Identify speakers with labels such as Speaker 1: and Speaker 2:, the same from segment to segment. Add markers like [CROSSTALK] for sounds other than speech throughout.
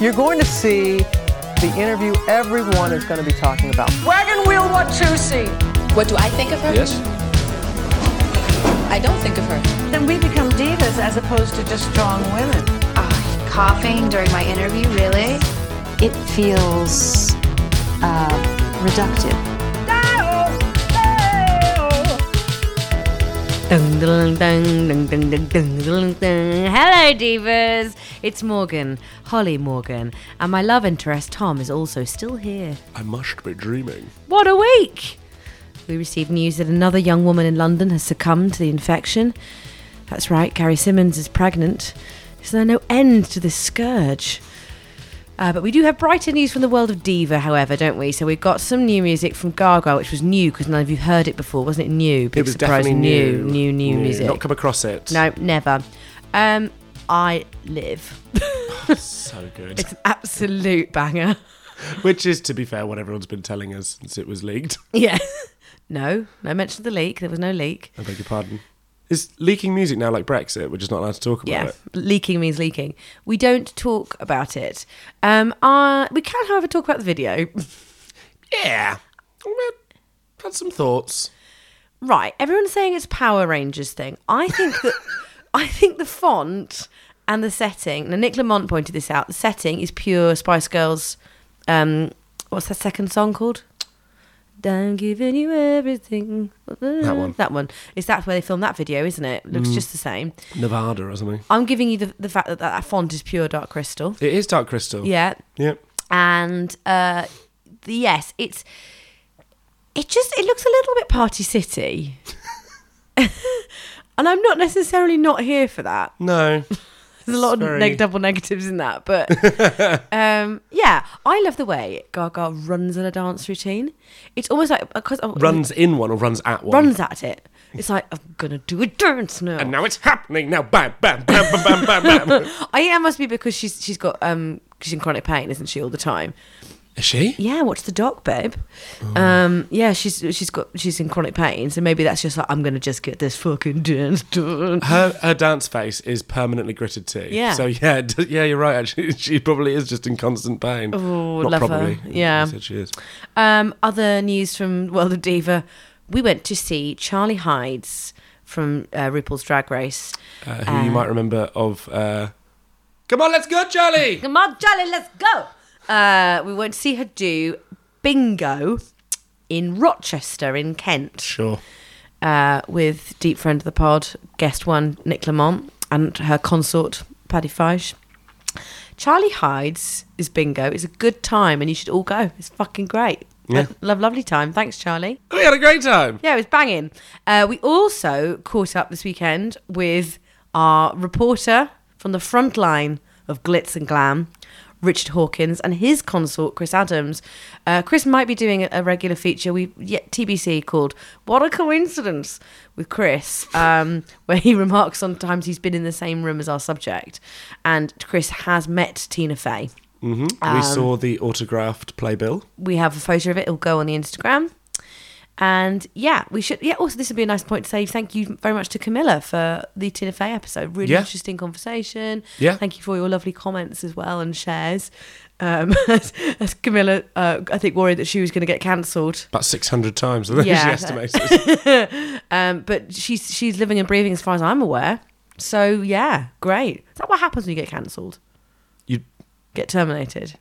Speaker 1: You're going to see the interview everyone is going to be talking about.
Speaker 2: Wagon wheel Watusi.
Speaker 3: What do I think of her?
Speaker 4: Yes.
Speaker 3: I don't think of her.
Speaker 2: Then we become divas as opposed to just strong women.
Speaker 5: Ah, coughing during my interview, really?
Speaker 6: It feels uh, reductive.
Speaker 7: Dun, dun, dun, dun, dun, dun, dun, dun, dun. Hello, divas. It's Morgan, Holly Morgan, and my love interest Tom is also still here.
Speaker 4: I must be dreaming.
Speaker 7: What a week! We received news that another young woman in London has succumbed to the infection. That's right, Carrie Simmons is pregnant. Is there no end to this scourge? Uh, but we do have brighter news from the world of Diva, however, don't we? So we've got some new music from Gaga, which was new because none of you heard it before, wasn't it? New, big
Speaker 4: it was
Speaker 7: surprise,
Speaker 4: definitely
Speaker 7: new,
Speaker 4: new.
Speaker 7: new, new, music.
Speaker 4: Not come across it.
Speaker 7: No, never. Um, I live.
Speaker 4: So good.
Speaker 7: [LAUGHS] It's an absolute banger.
Speaker 4: [LAUGHS] Which is, to be fair, what everyone's been telling us since it was leaked.
Speaker 7: Yeah. [LAUGHS] No, no mention of the leak. There was no leak.
Speaker 4: I beg your pardon. Is leaking music now like Brexit? We're just not allowed to talk about
Speaker 7: Yeah,
Speaker 4: it.
Speaker 7: leaking means leaking. We don't talk about it. Um, uh, we can, however, talk about the video.
Speaker 4: Yeah. Well, Had some thoughts.
Speaker 7: Right, everyone's saying it's Power Rangers thing. I think that I think the font and the setting. Now Nick Lamont pointed this out. The setting is pure Spice Girls. Um, what's that second song called? Down giving you everything. That
Speaker 4: one.
Speaker 7: That one. It's that's where they filmed that video, isn't it? Looks just the same.
Speaker 4: Nevada or something.
Speaker 7: I'm giving you the, the fact that, that that font is pure Dark Crystal.
Speaker 4: It is Dark Crystal.
Speaker 7: Yeah,
Speaker 4: Yep.
Speaker 7: and uh, the- yes, it's it just it looks a little bit Party City, [LAUGHS] and I'm not necessarily not here for that.
Speaker 4: No.
Speaker 7: There's a lot of
Speaker 4: Sorry.
Speaker 7: neg- double negatives in
Speaker 4: [LAUGHS]
Speaker 7: that, but um, yeah, I love the way Gaga runs in a dance routine. It's almost like because
Speaker 4: runs in one or runs at one.
Speaker 7: runs at it. It's like I'm gonna do a dance now.
Speaker 4: And now it's happening. Now bam, bam, bam, bam, bam, bam,
Speaker 7: [LAUGHS]
Speaker 4: bam.
Speaker 7: I think that must be because she's she's got um she's in chronic pain, isn't she, all the time?
Speaker 4: Is she?
Speaker 7: yeah, watch the doc, babe. Um, yeah, she's she's got she's in chronic pain, so maybe that's just like I'm gonna just get this fucking [LAUGHS] dance done.
Speaker 4: Her, her dance face is permanently gritted too.
Speaker 7: Yeah.
Speaker 4: So yeah, [LAUGHS] d- yeah, you're right. Actually, [LAUGHS] she probably is just in constant pain.
Speaker 7: Oh,
Speaker 4: Not
Speaker 7: love her.
Speaker 4: probably.
Speaker 7: Yeah.
Speaker 4: She said she is.
Speaker 7: Um, other news from World of Diva: We went to see Charlie Hides from uh, RuPaul's Drag Race.
Speaker 4: Uh, who you might remember of. Uh, Come on, let's go, Charlie.
Speaker 7: Come on, Charlie, let's go. Uh, we went to see her do bingo in Rochester in
Speaker 4: [LAUGHS]
Speaker 7: Kent.
Speaker 4: Sure.
Speaker 7: uh, with deep friend of the pod, guest one, Nick Lamont, and her consort, Paddy Fyshe. Charlie Hides is bingo. It's a good time, and you should all go. It's fucking great.
Speaker 4: Yeah.
Speaker 7: Love, lovely time. Thanks, Charlie.
Speaker 4: We had a great time.
Speaker 7: Yeah, it was banging. Uh, we also caught up this weekend with our reporter from the front line of glitz and glam, Richard Hawkins, and his consort Chris Adams. Uh, Chris might be doing a, a regular feature we yet TBC called "What a Coincidence" with Chris, um, [LAUGHS] where he remarks on times he's been in the same room as our subject, and Chris has met Tina Fey. Um,
Speaker 4: we saw the autographed playbill.
Speaker 7: we have a photo of it. It'll go on the Instagram. And yeah, we should. Yeah, also, this would be a nice point to say thank you very much to Camilla for the Tina Fey episode. Really
Speaker 4: Yeah.
Speaker 7: interesting conversation.
Speaker 4: Yeah.
Speaker 7: Thank you for your lovely comments as well and shares. Um, [LAUGHS] as, as Camilla, uh, I think, worried that she was going to get cancelled.
Speaker 4: About 600 times, I think
Speaker 7: Yeah.
Speaker 4: she [LAUGHS]
Speaker 7: [LAUGHS]
Speaker 4: estimated.
Speaker 7: Um, but she's, she's living and breathing as far as I'm aware. So yeah, great. Is that what happens when you get cancelled?
Speaker 4: you,
Speaker 7: Get terminated.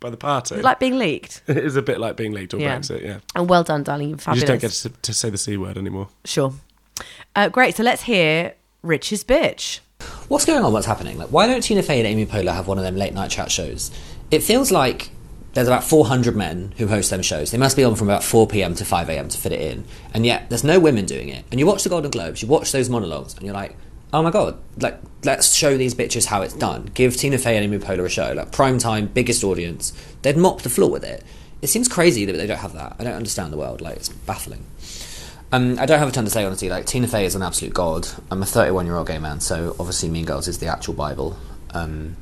Speaker 4: by the party. [LAUGHS]
Speaker 7: like being leaked.
Speaker 4: it is a bit like being leaked or
Speaker 7: Yeah.
Speaker 4: Brexit, yeah.
Speaker 7: And well done, darling. You're
Speaker 4: You
Speaker 7: fabulous.
Speaker 4: just don't get to, to say the C word anymore.
Speaker 7: Sure. Uh, great. So let's hear Rich's bitch.
Speaker 8: What's going on? What's happening? Like, why don't Tina Fey and Amy Poehler have one of them late night chat shows? It feels like there's about 400 men who host them shows. They must be on from about 4 p.m. to 5 a.m. to fit it in, and yet there's no women doing it. And you watch the Golden Globes, you watch those monologues, and you're like, oh my god, like let's show these bitches how it's done. Give Tina Fey and Amy Poehler a show, like prime time, biggest audience. They'd mop the floor with it. It seems crazy that they don't have that. I don't understand the world. Like it's baffling. Um, I don't have a ton to say, honestly. Like Tina Fey is an absolute god. I'm a 31 year old gay man, so obviously Mean Girls is the actual bible. Um,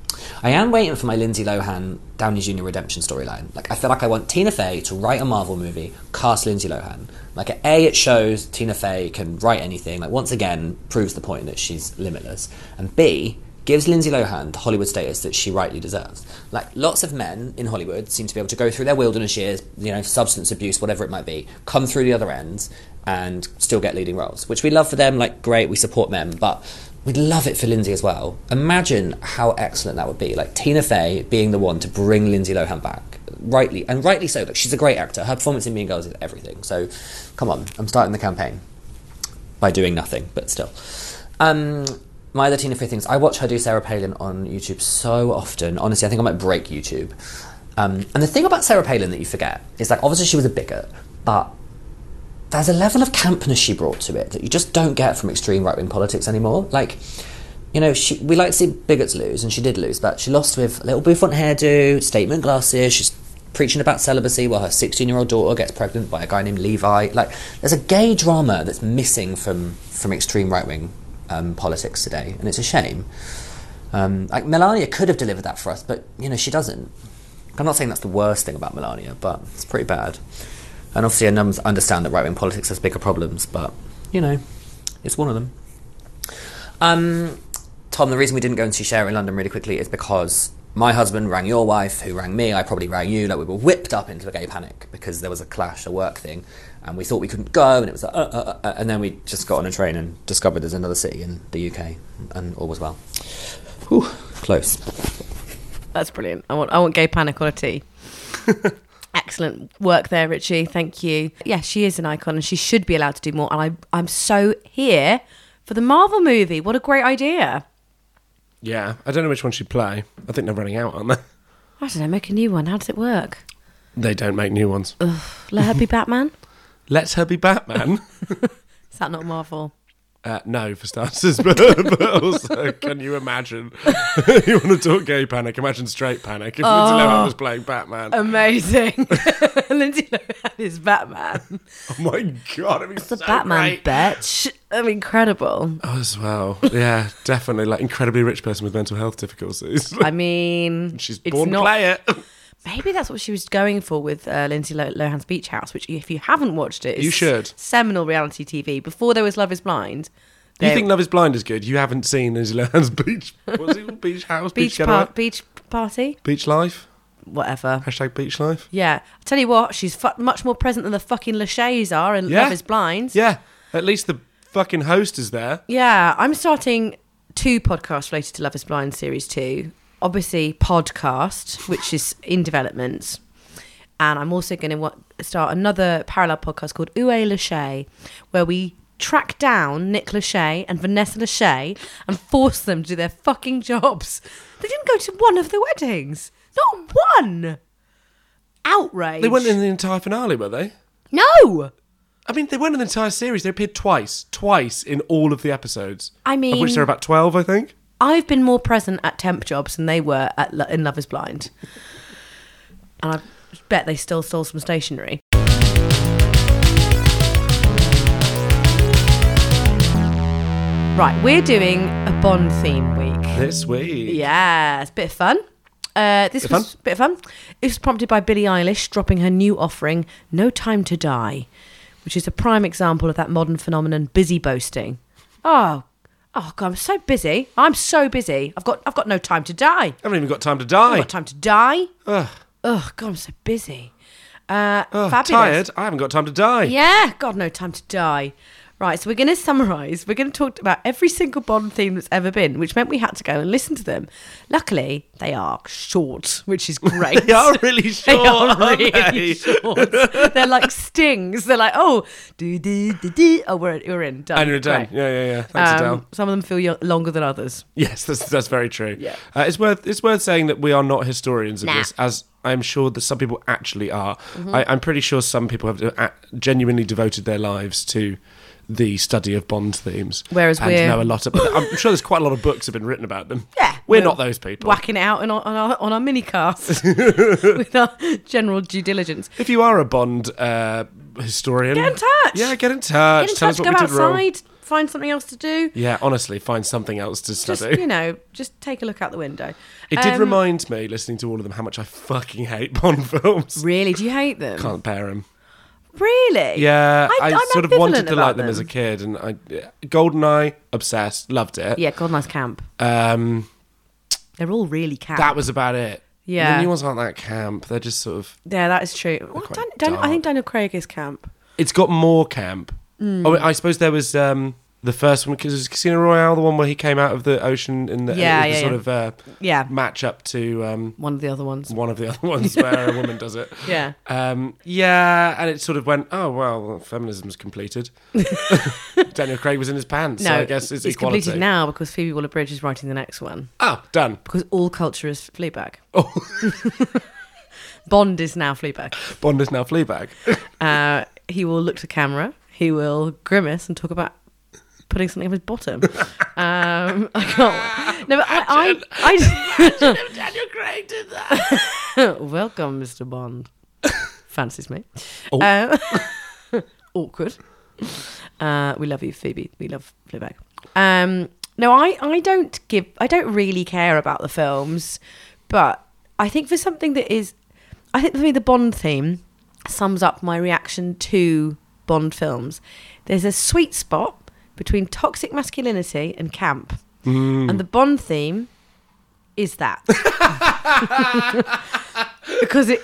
Speaker 8: I am waiting for my Lindsay Lohan Downey Jr. redemption storyline. Like I feel like I want Tina Fey to write a Marvel movie, cast Lindsay Lohan. Like at A, it shows Tina Fey can write anything. Like once again, proves the point that she's limitless. And B, gives Lindsay Lohan the Hollywood status that she rightly deserves. Like lots of men in Hollywood seem to be able to go through their wilderness years, you know, substance abuse, whatever it might be, come through the other end and still get leading roles, which we love for them. Like great, we support them, but we'd love it for Lindsay as well. Imagine how excellent that would be. Like Tina Fey being the one to bring Lindsay Lohan back. Rightly and rightly so. Like she's a great actor. Her performance in Mean Girls is everything. So, come on, I'm starting the campaign by doing nothing, but still. Um, my other Tina Fey things. I watch her do Sarah Palin on YouTube so often. Honestly, I think I might break YouTube. Um, and the thing about Sarah Palin that you forget is like, obviously, she was a bigot, but there's a level of campness she brought to it that you just don't get from extreme right wing politics anymore. Like, you know, she, we like to see bigots lose, and she did lose, but she lost with a little bouffant hairdo, statement glasses. She's preaching about celibacy while her 16 year old daughter gets pregnant by a guy named Levi. Like, there's a gay drama that's missing from, from extreme right wing um, politics today, and it's a shame. Um, like, Melania could have delivered that for us, but, you know, she doesn't. I'm not saying that's the worst thing about Melania, but it's pretty bad. And obviously, I nums- understand that right wing politics has bigger problems, but, you know, it's one of them. Um, Tom, the reason we didn't go and see Cher in London really quickly is because my husband rang your wife, who rang me, I probably rang you. Like we were whipped up into a gay panic because there was a clash, a work thing, and we thought we couldn't go, and it was like, uh, uh, uh, uh, and then we just got on a train and discovered there's another city in the UK, and all was well. Whew, close.
Speaker 7: That's brilliant. I want I want gay panic on a tee. [LAUGHS] Excellent work there, Richie. Thank you. Yeah, she is an icon and she should be allowed to do more. And I I'm so here for the Marvel movie. What a great idea.
Speaker 4: Yeah, I don't know which one she'd play. I think they're running out, aren't they?
Speaker 7: I don't know, make a new one. How does it work?
Speaker 4: They don't make new ones.
Speaker 7: Let [LAUGHS] her be Batman?
Speaker 4: Let her be
Speaker 7: [LAUGHS]
Speaker 4: Batman.
Speaker 7: Is that not Marvel?
Speaker 4: Uh, no, for starters, [LAUGHS] but, but also, can you imagine? [LAUGHS] you want to talk gay panic? Imagine straight panic. If Lindsay Lohan was playing
Speaker 7: Oh.
Speaker 4: Batman,
Speaker 7: Amazing. [LAUGHS] Lindsay Lohan is Batman.
Speaker 4: oh my god, it'd be so
Speaker 7: The Batman
Speaker 4: great.
Speaker 7: bitch. I'm
Speaker 4: [LAUGHS]
Speaker 7: incredible.
Speaker 4: Oh, as well, yeah, definitely, like incredibly rich person with mental health difficulties. [LAUGHS]
Speaker 7: I mean,
Speaker 4: She's
Speaker 7: it's
Speaker 4: born to
Speaker 7: not-
Speaker 4: play it.
Speaker 7: Maybe that's what she was going for with uh, Lindsay Lo- Lohan's Beach House, which if you haven't watched it,
Speaker 4: You
Speaker 7: is
Speaker 4: should.
Speaker 7: Seminal reality TV. Before there was Love Is Blind.
Speaker 4: You
Speaker 7: there-
Speaker 4: think Love Is Blind is good? You haven't seen Lindsay Lohan's beach. What's it? called? Beach house. Beach,
Speaker 7: beach
Speaker 4: beach,
Speaker 7: par- beach party,
Speaker 4: beach life.
Speaker 7: whatever.
Speaker 4: Hashtag beach life.
Speaker 7: Yeah, I tell you what, she's fu- much more present than the fucking Lachey's are in
Speaker 4: Yeah.
Speaker 7: Love Is Blind.
Speaker 4: Yeah, at least the fucking host is there.
Speaker 7: Yeah, I'm starting two podcasts related to Love is Blind series two. Obviously, podcast, which is in development. And I'm also going to wa- start another parallel podcast called Ue Lachey, where we track down Nick Lachey and Vanessa Lachey and force them to do their fucking jobs. They didn't go to one of the weddings. Not one. Outrage.
Speaker 4: They weren't in the entire finale, were they?
Speaker 7: No.
Speaker 4: I mean, they went in the entire series. They appeared twice, twice in all of the episodes.
Speaker 7: I
Speaker 4: of which
Speaker 7: mean-
Speaker 4: there are about twelve, I think.
Speaker 7: I've been more present at temp jobs than they were at Lo- in Love Is Blind, and I bet they still stole some stationery. Right, we're doing a Bond theme week.
Speaker 4: This week,
Speaker 7: Yes, bit of fun. Uh, this
Speaker 4: Bit of
Speaker 7: was bit of fun. It was prompted by Billie Eilish dropping her new offering, "No Time to Die," which is a prime example of that modern phenomenon, busy boasting. Oh, oh God, I'm so busy. I'm so busy. I've got I've got no time to die.
Speaker 4: I haven't even got time to
Speaker 7: I've
Speaker 4: die.
Speaker 7: got time to die.
Speaker 4: Ugh.
Speaker 7: Oh God, I'm so busy. Uh,
Speaker 4: Ugh,
Speaker 7: fabulous.
Speaker 4: tired. I haven't got time to die. [LAUGHS]
Speaker 7: [LAUGHS] Yeah, God, no time to die. Right, so we're going to summarise. We're going to talk about every single Bond theme that's ever been, which meant we had to go and listen to them. Luckily, they are short, which is great.
Speaker 4: [LAUGHS] They are really
Speaker 7: [LAUGHS] They
Speaker 4: short.
Speaker 7: are
Speaker 4: aren't
Speaker 7: really
Speaker 4: they?
Speaker 7: [LAUGHS] short. They're like stings. They're like, oh, do, do, do, do. Oh, we're, we're in. Done.
Speaker 4: And we're done.
Speaker 7: Great.
Speaker 4: Yeah, yeah, yeah. Thanks,
Speaker 7: Um,
Speaker 4: Adele.
Speaker 7: Some of them feel yo- longer than others.
Speaker 4: Yes, that's, that's very true. Yeah. Uh, it's worth it's worth saying that we are not historians of this, as I'm sure that some people actually are.
Speaker 7: Mm-hmm.
Speaker 4: I, I'm pretty sure some people have uh, genuinely devoted their lives to the study of Bond themes,
Speaker 7: Whereas
Speaker 4: and
Speaker 7: we're-
Speaker 4: know a lot about. I'm sure there's quite a lot of books have been written about them.
Speaker 7: [LAUGHS] Yeah.
Speaker 4: we're, not those people.
Speaker 7: Whacking it out on our, on our, on our
Speaker 4: [LAUGHS]
Speaker 7: mini cast [LAUGHS] with our general due diligence.
Speaker 4: If you are a Bond uh, historian,
Speaker 7: Get in touch.
Speaker 4: Yeah, get in touch.
Speaker 7: Get in
Speaker 4: Tell us
Speaker 7: touch, go
Speaker 4: what we did wrong.
Speaker 7: outside, find something else to do.
Speaker 4: Yeah, honestly, find something else to
Speaker 7: just
Speaker 4: study.
Speaker 7: you know, just take a look out the window.
Speaker 4: it did
Speaker 7: Um,
Speaker 4: remind me, listening to all of them, how much I fucking hate Bond [LAUGHS] films.
Speaker 7: Really? Do you hate them?
Speaker 4: Can't bear them.
Speaker 7: Really?
Speaker 4: Yeah, I,
Speaker 7: I'm
Speaker 4: sort of
Speaker 7: ambivalent
Speaker 4: wanted to
Speaker 7: about
Speaker 4: like them. as a kid, and I Goldeneye obsessed, loved it.
Speaker 7: Yeah, God, nice camp.
Speaker 4: Um,
Speaker 7: They're all really camp.
Speaker 4: That was about it.
Speaker 7: Yeah.
Speaker 4: The new ones aren't that camp. They're just sort of.
Speaker 7: yeah, that is true. Well,
Speaker 4: quite
Speaker 7: Dan, Dan, I think
Speaker 4: dark.
Speaker 7: Daniel Craig is camp.
Speaker 4: It's got more camp.
Speaker 7: Hmm.
Speaker 4: Oh, I suppose there was um, the first one because it was Casino Royale, the one where he came out of the ocean in the,
Speaker 7: Yeah,
Speaker 4: it was
Speaker 7: yeah,
Speaker 4: the sort
Speaker 7: yeah.
Speaker 4: of uh,
Speaker 7: Yeah.
Speaker 4: match up to um,
Speaker 7: One of the other ones.
Speaker 4: one of the [LAUGHS] other ones where a woman does it.
Speaker 7: Yeah.
Speaker 4: Um, yeah, and it sort of went, oh, well, feminism's completed.
Speaker 7: [LAUGHS]
Speaker 4: Daniel Craig was in his pants, so I guess it's, equality.
Speaker 7: completed now because Phoebe Waller-Bridge is writing the next one.
Speaker 4: Oh, done.
Speaker 7: Because all culture is Fleabag.
Speaker 4: Oh,
Speaker 7: [LAUGHS] Bond is now Fleabag.
Speaker 4: Bond is now
Speaker 7: [LAUGHS]
Speaker 4: Fleabag.
Speaker 7: Uh, he will look to camera. He will grimace and talk about putting something up
Speaker 4: [LAUGHS]
Speaker 7: his bottom. um, I can't. No, but I, I, I
Speaker 4: [LAUGHS]
Speaker 7: [LAUGHS]
Speaker 4: Daniel Craig did that.
Speaker 7: Welcome,
Speaker 4: [LAUGHS]
Speaker 7: Mr. Bond. Fancies me.
Speaker 4: Oh.
Speaker 7: Uh,
Speaker 4: [LAUGHS]
Speaker 7: [LAUGHS] awkward. Uh, we love you, Phoebe. We love Fleabag. Um, no, I, I don't give. I don't really care about the films, but I think for something that is, I think for me the Bond theme sums up my reaction to Bond films. There's a sweet spot between toxic masculinity and camp, and the Bond theme is that [LAUGHS] because it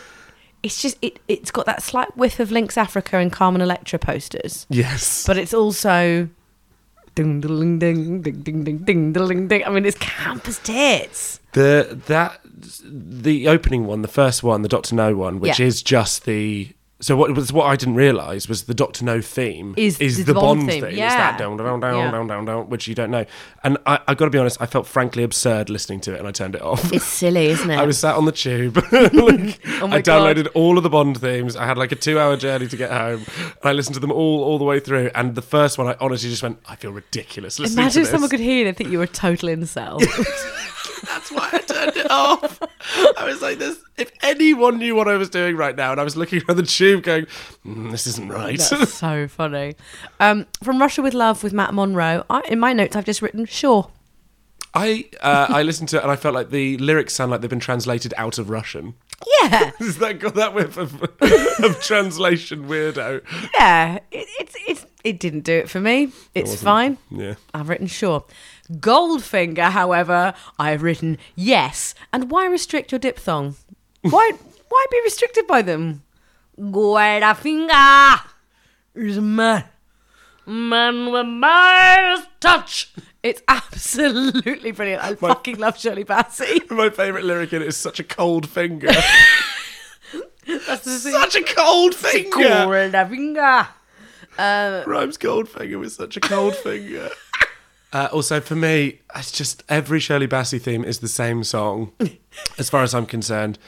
Speaker 7: it's just it it's got that slight whiff of Lynx Africa and Carmen Electra posters,
Speaker 4: Yes.
Speaker 7: but it's also ding ding ding ding ding ding ding ding ding. I mean, it's campus tits.
Speaker 4: The that the opening one, the first one, the Doctor No one, which
Speaker 7: Yeah.
Speaker 4: is just the so what was what I didn't realise was the Doctor No theme
Speaker 7: Is- is
Speaker 4: the
Speaker 7: the
Speaker 4: Bond,
Speaker 7: Bond
Speaker 4: theme.
Speaker 7: theme,
Speaker 4: It's
Speaker 7: yeah.
Speaker 4: that down down down
Speaker 7: Yeah.
Speaker 4: down down down, which you don't know. And I, I got to be honest, I felt frankly absurd listening to it, and I turned it off.
Speaker 7: It's silly, isn't it?
Speaker 4: I was sat on the tube. [LAUGHS]
Speaker 7: [LAUGHS]
Speaker 4: like,
Speaker 7: my
Speaker 4: I
Speaker 7: God.
Speaker 4: downloaded all of the Bond themes. I had like a two-hour journey to get home. And I listened to them all all the way through. And the first one, I honestly just went, I feel ridiculous listening to
Speaker 7: Imagine if
Speaker 4: this.
Speaker 7: someone could hear you, they'd think you were a
Speaker 4: [LAUGHS]
Speaker 7: total incel.
Speaker 4: That's why I turned it off. I was like, this. If anyone knew what I was doing right now, and I was looking around the tube, going, mm, "This isn't right."
Speaker 7: That's so funny. Um, from Russia with Love with Matt Monroe, I, in my notes I've just written sure.
Speaker 4: [LAUGHS] I uh, I listened to it and I felt like the lyrics sound like they've been translated out of Russian. [LAUGHS]
Speaker 7: Yeah,
Speaker 4: Has that got that whiff of, [LAUGHS] of translation weirdo?
Speaker 7: [LAUGHS] yeah. It, it's it's it didn't do it for me. It's fine.
Speaker 4: Yeah.
Speaker 7: I've written sure. Goldfinger, however, I've written yes. And why restrict your diphthong? Why why be restricted by them? Goldfinger is a man. Man with man's touch. It's absolutely brilliant. I fucking love Shirley
Speaker 4: [LAUGHS]
Speaker 7: Bassey.
Speaker 4: My favourite lyric in it is such a cold
Speaker 7: [LAUGHS]
Speaker 4: finger.
Speaker 7: That's the thing.
Speaker 4: such a cold finger.
Speaker 7: Goldfinger.
Speaker 4: Rhymes cold finger with such a cold finger. [LAUGHS] Uh, also, for me, it's just every Shirley Bassey theme is the same song, as far as I'm concerned.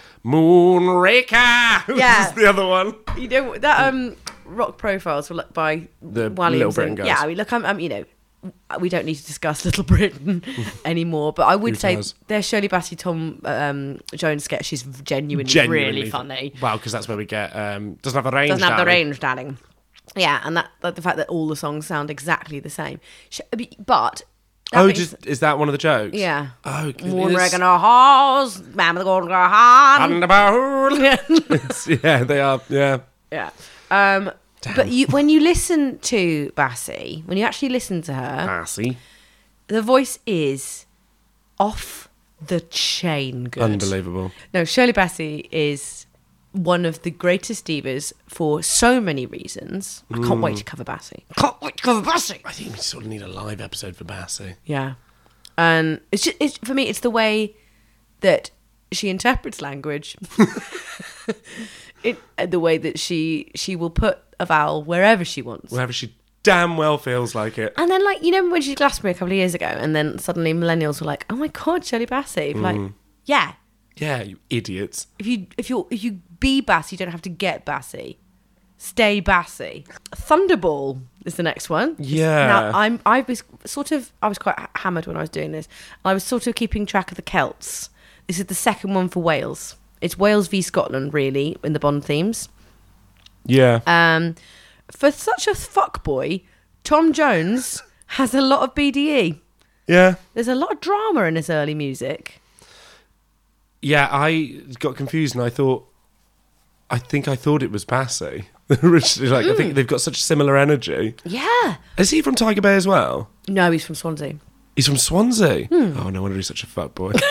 Speaker 4: Moonraker. [LAUGHS]
Speaker 7: Yeah.
Speaker 4: this is the other one.
Speaker 7: You know that um rock profiles were like by
Speaker 4: The
Speaker 7: Wally
Speaker 4: Little
Speaker 7: and-
Speaker 4: Britain guys.
Speaker 7: Yeah, I mean, look, I'm, I'm you know, we don't need to discuss [LAUGHS]
Speaker 4: [LAUGHS]
Speaker 7: Little Britain anymore, but I would
Speaker 4: Who
Speaker 7: say
Speaker 4: does?
Speaker 7: their Shirley Bassey Tom um, Jones sketch is genuinely, really funny.
Speaker 4: Wow, because that's where we get um, doesn't have the range.
Speaker 7: Doesn't have the
Speaker 4: darling.
Speaker 7: range, darling. Yeah, and that, that the fact that all the songs sound exactly the same, Sh- but that
Speaker 4: Oh,
Speaker 7: being
Speaker 4: just
Speaker 7: s-
Speaker 4: is that one of the jokes?
Speaker 7: yeah.
Speaker 4: Oh,
Speaker 7: Moon
Speaker 4: it's-
Speaker 7: Regan Halls, Man with the Golden Girl Hand.
Speaker 4: And about-
Speaker 7: [LAUGHS] Yeah.
Speaker 4: It's- yeah, they are. Yeah.
Speaker 7: Yeah. Um, but you, when you listen to Bassy, when you actually listen to her,
Speaker 4: Bassey.
Speaker 7: the voice is off the chain good.
Speaker 4: Unbelievable.
Speaker 7: No, Shirley Bassey is one of the greatest divas for so many reasons. I can't wait to cover Bassey. Can't wait to cover Bassey.
Speaker 4: I think we sort of need a live episode for Bassey.
Speaker 7: Yeah. And it's just, it's, for me, it's the way that she interprets language. [LAUGHS] it, the way that she she will put a vowel wherever she wants.
Speaker 4: Wherever she damn well feels like it.
Speaker 7: And then, like, you know, when she glassed me a couple of years ago, and then suddenly millennials were like, "Oh my god, Shirley Bassey!" Like, yeah,
Speaker 4: Yeah, you idiots.
Speaker 7: if you if you if you be Bassy, you don't have to get Bassy. Stay Bassy. Thunderball is the next one.
Speaker 4: Yeah.
Speaker 7: Now I'm I was sort of I was quite ha- hammered when I was doing this. I was sort of keeping track of the Celts. This is the second one for Wales. It's Wales v Scotland, really, in the Bond themes.
Speaker 4: Yeah.
Speaker 7: Um, for such a fuckboy, Tom Jones has a lot of E. BDE.
Speaker 4: yeah.
Speaker 7: There's a lot of drama in his early music.
Speaker 4: Yeah, I got confused and I thought, I think I thought it was Bassey. [LAUGHS] Originally, like, I think they've got such similar energy.
Speaker 7: Yeah.
Speaker 4: Is he from Tiger Bay as well?
Speaker 7: No, he's from Swansea. Hmm.
Speaker 4: He's from Swansea. Oh, no wonder he's such a fuck boy. [LAUGHS]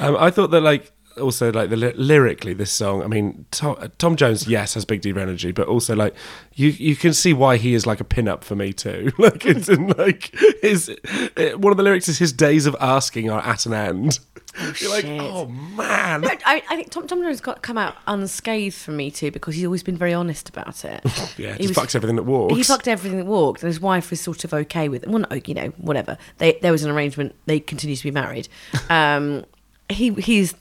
Speaker 4: Um, I thought that like also like the ly- lyrically this song. I mean, Tom, uh, Tom Jones yes has big diva energy, but also like you you can see why he is like a pinup for me too. [LAUGHS] like it's in like his it, one of the lyrics is his days of asking are at an end. [LAUGHS] You're like,
Speaker 7: shit.
Speaker 4: oh man.
Speaker 7: I, I think Tom Tom Jones got come out unscathed from me too because he's always been very honest about it.
Speaker 4: [LAUGHS] Yeah,
Speaker 7: He
Speaker 4: just
Speaker 7: was-
Speaker 4: fucks everything that walks.
Speaker 7: He fucked everything that walked, and his wife was sort of okay with it. Well, not, you know, whatever. They there was an arrangement. They continue to
Speaker 4: [LAUGHS]
Speaker 7: be married. Um, he he's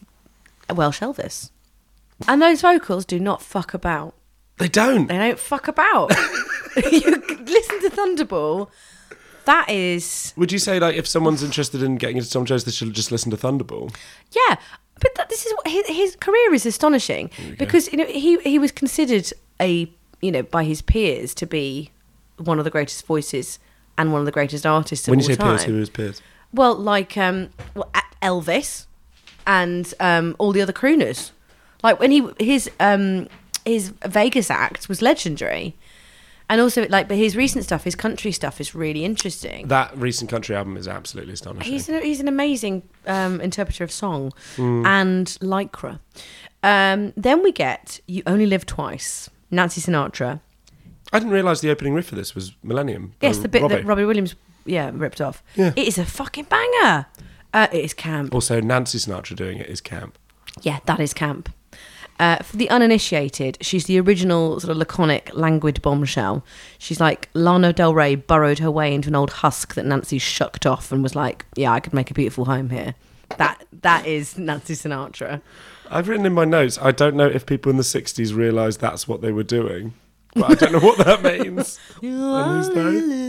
Speaker 7: a Welsh Elvis, and those vocals do not fuck about.
Speaker 4: they don't.
Speaker 7: They don't
Speaker 4: [LAUGHS]
Speaker 7: fuck about. [LAUGHS] you c- listen to Thunderball. That is
Speaker 4: Would you say like if someone's interested in getting into Tom Jones, they should just listen to Thunderball?
Speaker 7: yeah, but that, this is what his, his career is astonishing because you know he he was considered a you know by his peers to be one of the greatest voices and one of the greatest artists of
Speaker 4: When
Speaker 7: all
Speaker 4: you say
Speaker 7: time.
Speaker 4: Pierce, who is Pierce?
Speaker 7: Well, like um, well, A- Elvis and um, all the other crooners. Like when he his um, his Vegas act was legendary, and also like but his recent stuff, his country stuff, is really interesting.
Speaker 4: That recent country album is absolutely astonishing.
Speaker 7: He's an, he's an amazing um, interpreter of song
Speaker 4: Mm.
Speaker 7: and lycra. Um, then we get "You Only Live Twice," Nancy Sinatra.
Speaker 4: I didn't realise the opening riff for this was Millennium. by
Speaker 7: Yes, the bit
Speaker 4: Oh, Robbie.
Speaker 7: that Robbie Williams yeah ripped off.
Speaker 4: Yeah.
Speaker 7: It is a fucking banger. Uh, it is camp.
Speaker 4: Also, Nancy Sinatra doing it is camp.
Speaker 7: Yeah, that is camp. Uh, for the uninitiated, she's the original sort of laconic, languid bombshell. She's like Lana Del Rey burrowed her way into an old husk that Nancy shucked off and was like, "Yeah, I could make a beautiful home here." That that is Nancy Sinatra.
Speaker 4: I've written in my notes. I don't know if people in the '60s realised that's what they were doing, but I don't know what that [LAUGHS] means. And who's they?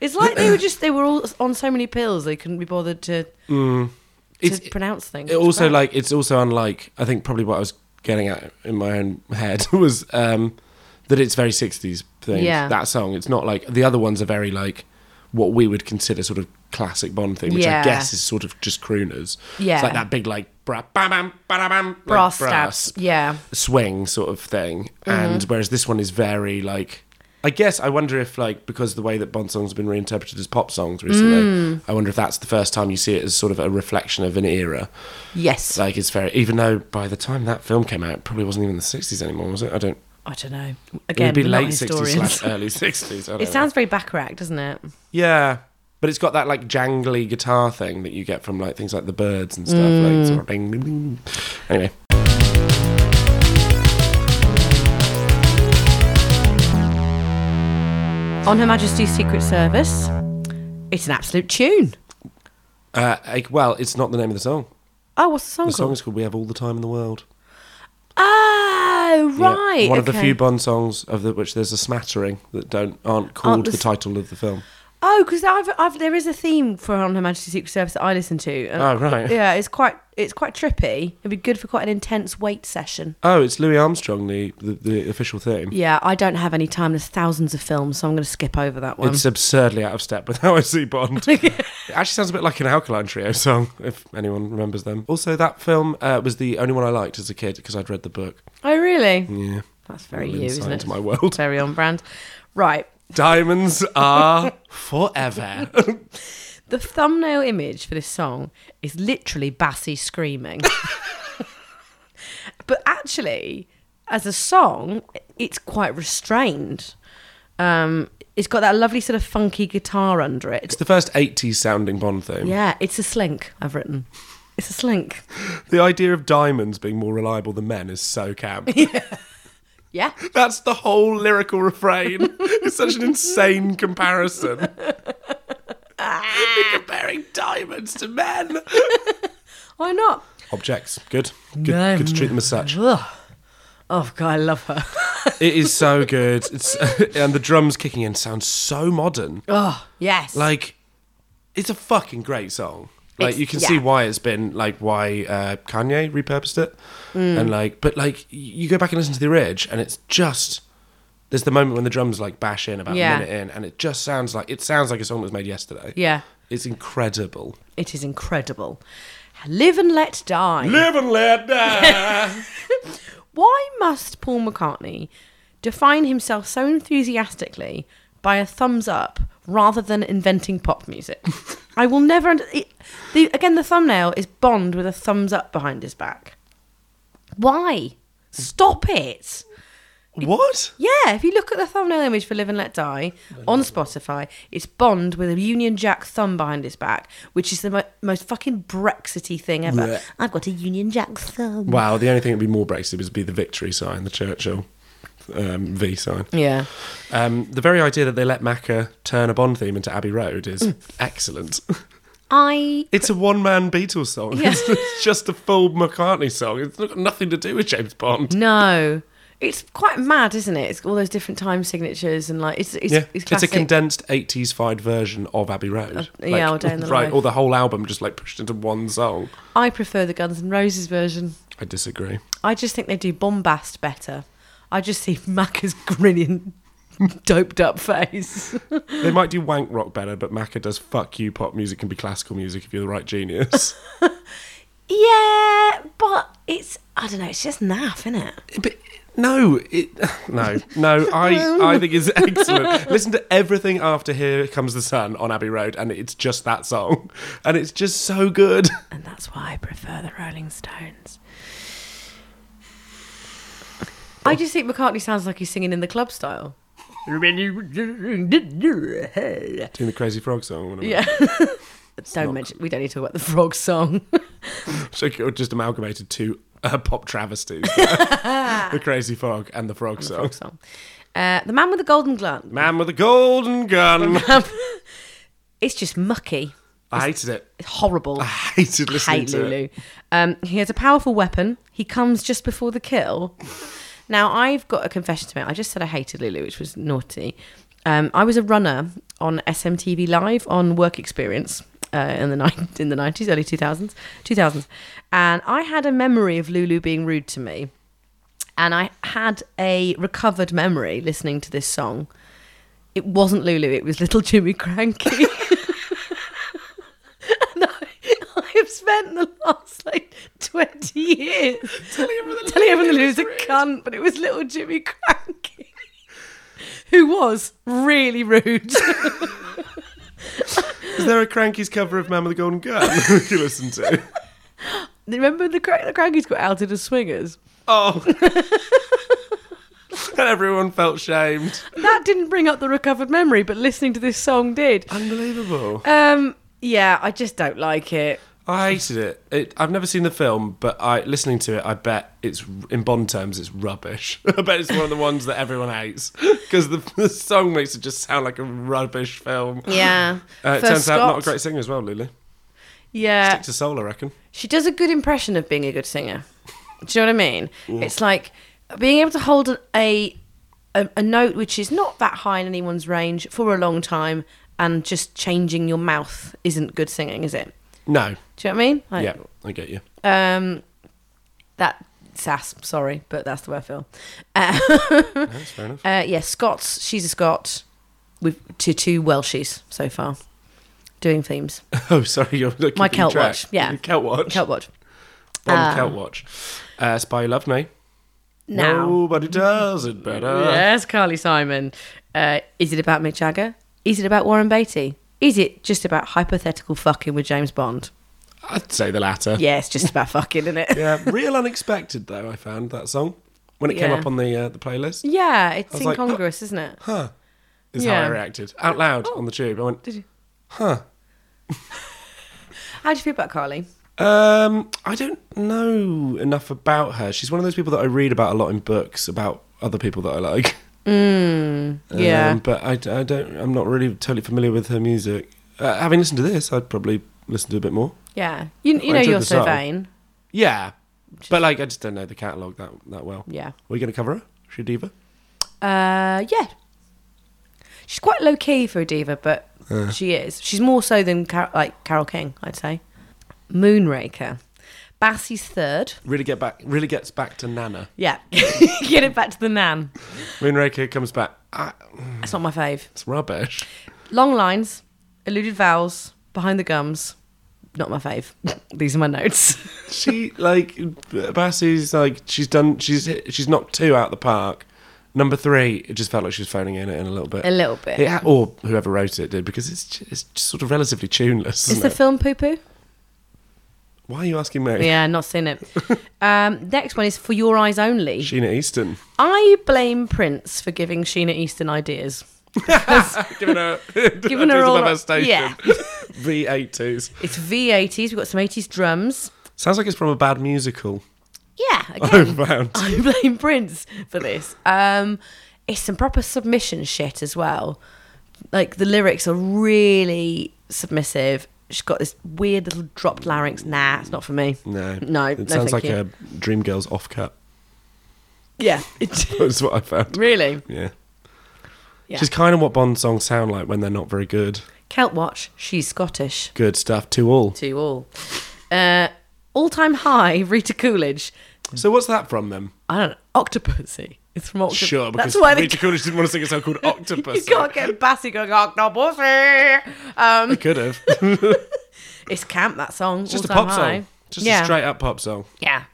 Speaker 7: It's like they were just they were all on so many pills they couldn't be bothered to
Speaker 4: It's-
Speaker 7: to pronounce things.
Speaker 4: It also like it's also unlike. I think probably what I was getting at in my own head [LAUGHS] was um, that it's very '60s thing.
Speaker 7: Yeah.
Speaker 4: That song. It's not like the other ones are very like what we would consider sort of classic Bond thing, which
Speaker 7: Yeah.
Speaker 4: I guess is sort of just crooners.
Speaker 7: Yeah.
Speaker 4: It's like that big like bra bam bam ba bam like,
Speaker 7: brass stabs. Yeah,
Speaker 4: swing sort of thing.
Speaker 7: Mm-hmm.
Speaker 4: And whereas this one is very like, I guess I wonder if like because the way that Bond songs have been reinterpreted as pop songs recently,
Speaker 7: Mm.
Speaker 4: I wonder if that's the first time you see it as sort of a reflection of an era.
Speaker 7: yes.
Speaker 4: Like it's very, even though by the time that film came out, it probably wasn't even the sixties anymore, was it? I don't.
Speaker 7: I don't know.
Speaker 4: It
Speaker 7: Again,
Speaker 4: would be
Speaker 7: we're not
Speaker 4: late sixties
Speaker 7: historians.
Speaker 4: slash early [LAUGHS] sixties.
Speaker 7: It sounds very Bacharach, doesn't it?
Speaker 4: yeah. But it's got that like jangly guitar thing that you get from like things like the birds and stuff.
Speaker 7: Mm.
Speaker 4: Like, sort of bing, bing, bing. Anyway,
Speaker 7: On Her Majesty's Secret Service, it's an absolute tune.
Speaker 4: uh, like, well, it's not the name of the song.
Speaker 7: Oh, what's the song
Speaker 4: The
Speaker 7: called?
Speaker 4: song is called "We Have All the Time in the World."
Speaker 7: Oh,
Speaker 4: Yeah,
Speaker 7: Ah, right.
Speaker 4: one of the
Speaker 7: okay.
Speaker 4: few Bond songs of the, which there's a smattering that don't aren't called
Speaker 7: Aren't the
Speaker 4: the,
Speaker 7: s-
Speaker 4: title of the film.
Speaker 7: Oh, because I've, I've, there is a theme for On Her Majesty's Secret Service that I listen to. and-
Speaker 4: Oh, right.
Speaker 7: Yeah, it's quite it's quite trippy. It'd be good for quite an intense weight session.
Speaker 4: Oh, it's Louis Armstrong, the the, the official theme.
Speaker 7: Yeah, I don't have any time. There's thousands of films, so I'm going to skip over that one.
Speaker 4: It's absurdly out of step with [LAUGHS] how I see
Speaker 7: [LAUGHS]
Speaker 4: Bond. it actually sounds a bit like an Alkaline Trio song, if anyone remembers them. Also, that film uh, was the only one I liked as a kid because I'd read the book.
Speaker 7: oh, really?
Speaker 4: Yeah,
Speaker 7: That's very
Speaker 4: Little
Speaker 7: you, isn't
Speaker 4: insight
Speaker 7: it?
Speaker 4: into my world. [LAUGHS]
Speaker 7: Very on brand. Right.
Speaker 4: diamonds are
Speaker 7: [LAUGHS]
Speaker 4: forever.
Speaker 7: The thumbnail image for this song is literally Bassy
Speaker 4: [LAUGHS]
Speaker 7: screaming. but actually, as a song, it's quite restrained. Um, it's got that lovely sort of funky guitar under it.
Speaker 4: it's the first '80s sounding Bond theme.
Speaker 7: Yeah, it's a slink, I've written. It's a slink.
Speaker 4: The idea of diamonds being more reliable than men is so camp.
Speaker 7: Yeah.
Speaker 4: That's the whole lyrical
Speaker 7: [LAUGHS]
Speaker 4: refrain. it's such an insane comparison.
Speaker 7: Ah.
Speaker 4: You're comparing diamonds to men.
Speaker 7: [LAUGHS] Why not?
Speaker 4: Objects. Good. Good, good to treat them as such.
Speaker 7: Ugh. Oh, God, I love her.
Speaker 4: It is so good. It's [LAUGHS] and the drums kicking in sounds so modern.
Speaker 7: Oh, yes.
Speaker 4: Like it's a fucking great song. Like
Speaker 7: It's-
Speaker 4: you can
Speaker 7: yeah.
Speaker 4: see why it's been like why uh, Kanye repurposed it.
Speaker 7: Mm.
Speaker 4: And like but like y- you go back and listen to the ridge and it's just there's the moment when the drums like bash in about
Speaker 7: Yeah.
Speaker 4: a minute in and it just sounds like it sounds like a song that was made yesterday.
Speaker 7: yeah,
Speaker 4: It's incredible.
Speaker 7: it is incredible. Live and Let Die.
Speaker 4: Live and let die.
Speaker 7: Why must Paul McCartney define himself so enthusiastically by a thumbs up rather than inventing pop music? I will never. Under- it, the, again, the thumbnail is Bond with a thumbs up behind his back. Why? Stop it.
Speaker 4: [LAUGHS] What?
Speaker 7: Yeah, if you look at the thumbnail image for Live and Let Die on Spotify, it's Bond with a Union Jack thumb behind his back, which is the mo- most fucking Brexity thing ever.
Speaker 4: Blech.
Speaker 7: I've got a Union Jack thumb.
Speaker 4: Wow, the only thing that would be more Brexit would be the victory sign, the Churchill um, V sign.
Speaker 7: Yeah.
Speaker 4: Um, the very idea that they let Macca turn a Bond theme into Abbey Road [LAUGHS] is excellent.
Speaker 7: I
Speaker 4: It's a one man Beatles song.
Speaker 7: Yeah.
Speaker 4: It's, [LAUGHS] it's just a full McCartney song. It's got nothing to do with James Bond.
Speaker 7: no. It's quite mad, isn't it? It's all those different time signatures and like it's it's
Speaker 4: Yeah, it's,
Speaker 7: it's, classic.
Speaker 4: a condensed 80s fied version of Abbey Road.
Speaker 7: yeah, All Day in the
Speaker 4: Right,
Speaker 7: Life.
Speaker 4: Uh, or the whole album just like pushed into one song.
Speaker 7: I prefer the Guns N' Roses version.
Speaker 4: I disagree.
Speaker 7: I just think they do bombast better. I just see [LAUGHS] Macca's grinning, [LAUGHS] doped up face.
Speaker 4: They might do wank rock better, but Macca does fuck you pop music can be classical music if you're the right genius.
Speaker 7: Yeah, but it's I don't know. It's just naff, isn't it?
Speaker 4: [LAUGHS] But no, it, [LAUGHS] no, no. I I think [LAUGHS] it's excellent. Listen to everything after "Here Comes the Sun" on Abbey Road, and it's just that song, and it's just so good.
Speaker 7: And that's why I prefer the Rolling Stones. I just think McCartney sounds like he's singing in the club style. don't
Speaker 4: [LAUGHS] Doing the Crazy Frog song. one of
Speaker 7: Yeah. mention. We don't need to talk about the frog song.
Speaker 4: them. [LAUGHS] So it just amalgamated two uh, pop travesties: the Crazy Frog and the Frog song.
Speaker 7: frog song. Uh, the man with the golden gun.
Speaker 4: Man with a golden gun.
Speaker 7: It's just mucky.
Speaker 4: I hated it.
Speaker 7: It's horrible.
Speaker 4: I hated listening
Speaker 7: hate
Speaker 4: to it.
Speaker 7: Lulu. Um, he has a powerful weapon. He comes just before the kill. Now I've got a confession to make. I just said I hated Lulu, which was naughty. Um, I was a runner on SMTV Live on work experience uh, in the nine [LAUGHS] in the nineties, early two thousands, two thousands, and I had a memory of Lulu being rude to me, and I had a recovered memory listening to this song. It wasn't Lulu. It was Little Jimmy Cranky. [LAUGHS] No, I have spent the last like 20 years telling everyone, that Lou's a cunt, but it was little Jimmy Cranky, [LAUGHS] who was really rude. [LAUGHS]
Speaker 4: Is there a Cranky's cover of Man with a Golden Gun [LAUGHS] you listen to?
Speaker 7: Remember the, cra- the Crankies got outed as swingers?
Speaker 4: Oh. [LAUGHS] and everyone felt shamed.
Speaker 7: That didn't bring up the recovered memory, but listening to this song did.
Speaker 4: Unbelievable.
Speaker 7: Um, yeah, I just don't like it.
Speaker 4: I hated it. it. I've never seen the film, but I listening to it, I bet it's in Bond terms, it's rubbish. [LAUGHS] I bet it's one of the ones that everyone hates because the, [LAUGHS] the song makes it just sound like a rubbish film.
Speaker 7: Yeah.
Speaker 4: Uh, it
Speaker 7: First
Speaker 4: turns out not a
Speaker 7: Scott.
Speaker 4: great singer as well, Lulu.
Speaker 7: Yeah.
Speaker 4: Stick to soul, I reckon.
Speaker 7: she does a good impression of being a good singer. Do you know what I mean?
Speaker 4: Mm.
Speaker 7: It's like being able to hold a, a a note which is not that high in anyone's range for a long time, and just changing your mouth isn't good singing, is it?
Speaker 4: No.
Speaker 7: Do you know what I mean? Like,
Speaker 4: Yeah, I get you. [LAUGHS]
Speaker 7: Um, that sass. Sorry, but that's the way I feel. [LAUGHS] Uh,
Speaker 4: That's fair enough.
Speaker 7: uh, yeah, Scots. She's a Scot. With to two Welshies so far, doing themes.
Speaker 4: Oh, sorry, you're not
Speaker 7: My
Speaker 4: keeping
Speaker 7: Celt
Speaker 4: track.
Speaker 7: watch, yeah.
Speaker 4: [LAUGHS] Celt watch.
Speaker 7: Help watch
Speaker 4: Bond Celt watch. Uh, Spy Love Me.
Speaker 7: now.
Speaker 4: Nobody does it better.
Speaker 7: Yes, Carly Simon. Uh, is it about Mick Jagger? Is it about Warren Beatty? Is it just about hypothetical fucking with James Bond?
Speaker 4: I'd say the latter.
Speaker 7: Yeah, it's just about fucking, isn't it?
Speaker 4: Yeah, real unexpected though. I found that song when it came
Speaker 7: Yeah.
Speaker 4: up on the uh, the playlist.
Speaker 7: [LAUGHS] Yeah, it's
Speaker 4: was like,
Speaker 7: incongruous, isn't it?
Speaker 4: Is
Speaker 7: Yeah.
Speaker 4: how I reacted out loud on the tube. I went,
Speaker 7: How do you feel about Carly?
Speaker 4: um, I don't know enough about her. She's one of those people that I read about a lot in books about other people that I [LAUGHS] like.
Speaker 7: Yeah.
Speaker 4: um, but I, I don't. I'm not really totally familiar with her music. Uh, having listened to this, I'd probably listen to a bit more.
Speaker 7: yeah. You, you
Speaker 4: I
Speaker 7: know
Speaker 4: enjoyed
Speaker 7: you're
Speaker 4: the
Speaker 7: so
Speaker 4: song.
Speaker 7: vain.
Speaker 4: Yeah, but like I just don't know the catalog that that well.
Speaker 7: Yeah.
Speaker 4: we're gonna cover her. She a diva.
Speaker 7: Uh, yeah. She's quite low key for a diva, but she is. She's more so than Car- like Carol King, I'd say. Moonraker. Bassie's third.
Speaker 4: Really get back. Really gets back to Nana.
Speaker 7: Yeah. [LAUGHS] Get it back to the nan.
Speaker 4: Moonraker comes back. Ah,
Speaker 7: That's not my fave.
Speaker 4: it's rubbish.
Speaker 7: Long lines, eluded vowels, behind the gums. Not my fave. [LAUGHS] These are my notes.
Speaker 4: she like Bassie's like she's done she's hit, she's knocked two out of the park Number three, it just felt like she was phoning in it in a little bit.
Speaker 9: A little bit.
Speaker 4: It ha- or whoever wrote it did, because it's ju- it's just sort of relatively tuneless.
Speaker 7: Is
Speaker 4: isn't
Speaker 7: the
Speaker 4: it?
Speaker 7: film poo poo?
Speaker 4: Why are you asking me?
Speaker 7: Yeah, not seen it. Um, next one is For Your Eyes Only.
Speaker 4: Sheena Easton.
Speaker 7: I blame Prince for giving Sheena Easton ideas.
Speaker 4: Giving her, [LAUGHS]
Speaker 7: Giving her all-
Speaker 4: above her station. [LAUGHS]
Speaker 7: yeah.
Speaker 4: V80s.
Speaker 7: It's V80s. We've got some 80s drums.
Speaker 4: Sounds like it's from a bad musical. [LAUGHS]
Speaker 7: Yeah,
Speaker 4: I
Speaker 7: again,
Speaker 4: found.
Speaker 7: [LAUGHS] I blame Prince for this. Um, it's some proper submission shit as well. Like the lyrics are really submissive. She's got this weird little dropped larynx. Nah, it's not for me.
Speaker 4: No.
Speaker 7: no,
Speaker 4: It
Speaker 7: no,
Speaker 4: sounds
Speaker 7: thank
Speaker 4: like
Speaker 7: you.
Speaker 4: a Dreamgirls offcut. [LAUGHS]
Speaker 7: yeah. It, [LAUGHS]
Speaker 4: That's what I found.
Speaker 7: really,
Speaker 4: Yeah.
Speaker 7: Yeah.
Speaker 4: Which is kind of what Bond songs sound like when they're not very good.
Speaker 7: Celt Watch. She's Scottish.
Speaker 4: Good stuff to all.
Speaker 7: to all. Uh, all time high, Rita Coolidge.
Speaker 4: So what's that from then?
Speaker 7: I don't know. Octopussy. It's from Octopussy.
Speaker 4: Sure, because
Speaker 7: That's why they
Speaker 4: Rita Coolidge didn't want to sing a song called Octopus.
Speaker 7: [LAUGHS] you can't get Bassy going Octopussy. Um,
Speaker 4: Could
Speaker 7: [LAUGHS]
Speaker 4: have.
Speaker 7: it's camp that song.
Speaker 4: It's just a
Speaker 7: All Time
Speaker 4: pop
Speaker 7: High.
Speaker 4: song. Just
Speaker 7: yeah.
Speaker 4: a straight up pop song.
Speaker 7: Yeah,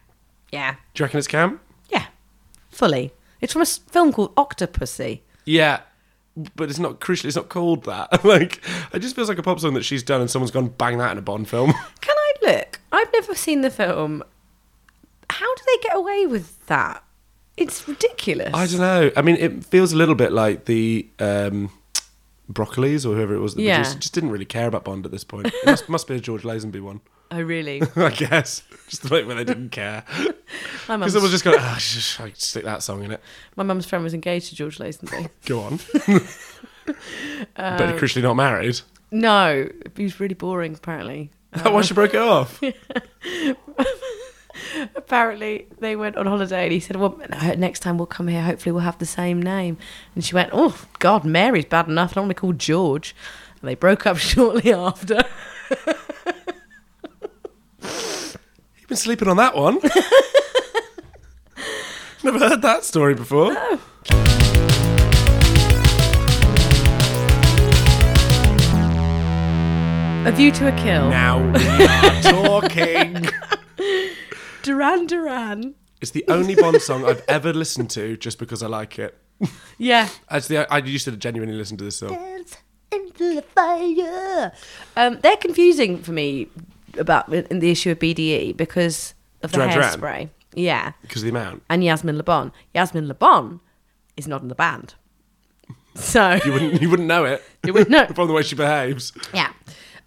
Speaker 7: yeah,
Speaker 4: Do you reckon it's Cam?
Speaker 7: yeah. Fully. It's from a s- film called Octopussy.
Speaker 4: Yeah. But it's not crucial. It's not called that. [LAUGHS] like, it just feels like a pop song that she's done, and someone's gone bang that in a Bond film. [LAUGHS]
Speaker 7: Can I look? I've never seen the film. How do they get away with that? It's ridiculous.
Speaker 4: I don't know. I mean, it feels a little bit like the um, Broccoli's or whoever it was that
Speaker 7: Yeah.
Speaker 4: produced. Just didn't really care about Bond at this point. It must, must be a George Lazenby one, [LAUGHS]
Speaker 7: Oh, really?
Speaker 4: I guess. Just the point where they didn't
Speaker 7: [LAUGHS]
Speaker 4: care.
Speaker 7: My
Speaker 4: Because
Speaker 7: mum's,
Speaker 4: someone's just going, ah, [LAUGHS] sh- I could stick that song in it.
Speaker 7: my mum's friend was engaged to George Lazenby.
Speaker 4: Go
Speaker 7: [LAUGHS]
Speaker 4: on.
Speaker 7: Um,
Speaker 4: but crucially not married.
Speaker 7: No, he was really boring. Apparently,
Speaker 4: That why she broke it
Speaker 7: [LAUGHS]
Speaker 4: off?
Speaker 7: apparently they went on holiday, and he said, "Well, next time we'll come here. Hopefully, we'll have the same name." And she went, "Oh God, Mary's bad enough. I don't want to be called George." And they broke up [LAUGHS] shortly after.
Speaker 4: You've been sleeping on that
Speaker 7: [LAUGHS]
Speaker 4: one. Never heard that story before.
Speaker 7: A View to a Kill.
Speaker 4: Now we
Speaker 7: [LAUGHS]
Speaker 4: are talking.
Speaker 7: Duran Duran.
Speaker 4: It's the only Bond song I've ever listened to just because I like it.
Speaker 7: Yeah.
Speaker 4: Actually, I, I used to genuinely listen to this song.
Speaker 7: Um, they're confusing for me about in the issue of BDE because of the
Speaker 4: Duran Duran?
Speaker 7: hairspray. Yeah.
Speaker 4: Because of the amount.
Speaker 7: And Yasmin Lebon. Yasmin Lebon is not in the band. So [LAUGHS]
Speaker 4: You wouldn't, you wouldn't know it [LAUGHS]
Speaker 7: you would know.
Speaker 4: from the way she behaves.
Speaker 7: Yeah.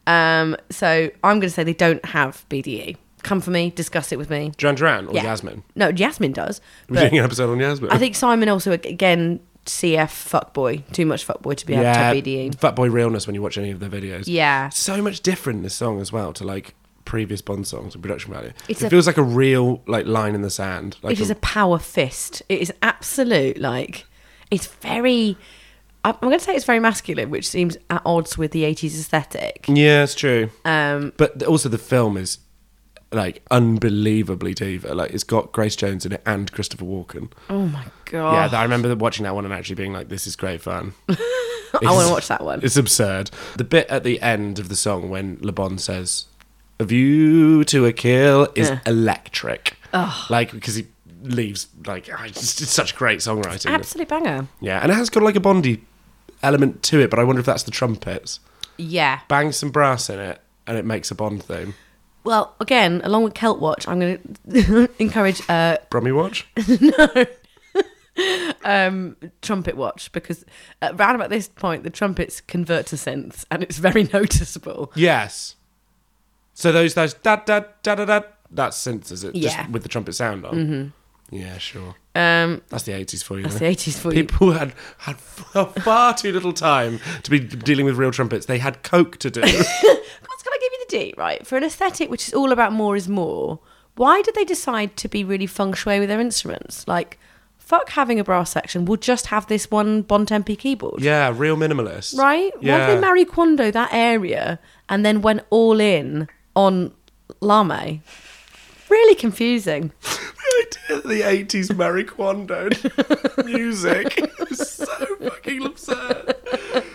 Speaker 7: Um, so I'm going to say they don't have BDE. Come for me, discuss it with me.
Speaker 4: Duran Duran or
Speaker 7: Yeah.
Speaker 4: Yasmin?
Speaker 7: No, Yasmin does.
Speaker 4: [LAUGHS] We're
Speaker 7: but
Speaker 4: doing an episode on Yasmin.
Speaker 7: I think Simon also, ag- again, CF fuckboy. Too much fuckboy to be able to have E. BDE.
Speaker 4: Fat Boy realness when you watch any of their videos.
Speaker 7: Yeah.
Speaker 4: So much different this song as well to like previous Bond songs and production value.
Speaker 7: It's
Speaker 4: it
Speaker 7: a-
Speaker 4: feels like a real like line in the sand. Like
Speaker 7: It is a power fist. It is absolute, like, it's very. I'm going to say it's very masculine, which seems at odds with the 80s aesthetic.
Speaker 4: Yeah, it's true.
Speaker 7: Um,
Speaker 4: But th- also the film is like unbelievably diva. Like it's got Grace Jones in it and Christopher Walken.
Speaker 7: oh my God.
Speaker 4: Yeah, th- I remember watching that one and actually being like, "This is great
Speaker 7: [LAUGHS]
Speaker 4: fun."
Speaker 7: I want to watch that one.
Speaker 4: It's absurd. The bit at the end of the song when Le Bon says, "A view to a kill" is
Speaker 7: Yeah.
Speaker 4: electric. Like because he leaves. Like ah, it's, just- it's such great songwriting.
Speaker 7: Absolute banger.
Speaker 4: yeah, and it has got like a Bondy element to it, but I wonder if that's the trumpets.
Speaker 7: Yeah.
Speaker 4: Bang some brass in it, and it makes a Bond theme.
Speaker 7: Well, again, along with Celt Watch, I'm going to [LAUGHS] encourage uh,
Speaker 4: Brummy watch.
Speaker 7: trumpet watch because uh, round about this point, the trumpets convert to synths and it's very [LAUGHS] noticeable.
Speaker 4: Yes. So those those da da da da da. That's synths, is it?
Speaker 7: Yeah.
Speaker 4: Just with the trumpet sound on. Mm-hmm. Yeah, sure.
Speaker 7: Um,
Speaker 4: That's the eighties for you.
Speaker 7: that's
Speaker 4: though.
Speaker 7: the 80s for you.
Speaker 4: People had had f- far too little time to be dealing with real trumpets. They had coke to
Speaker 7: [LAUGHS]
Speaker 4: do.
Speaker 7: What's going to give you the D, right? For an aesthetic which is all about more is more, why did they decide to be really feng shui with their instruments? Like, fuck having a brass section, we'll just have this one Bontempi keyboard.
Speaker 4: yeah, real minimalist.
Speaker 7: Right? Why did
Speaker 4: Yeah. [LAUGHS]
Speaker 7: they marry Quando, that area, and then went all in on Lame? Really confusing.
Speaker 4: the eighties Marie
Speaker 7: [LAUGHS]
Speaker 4: Kondo music. It's so fucking absurd.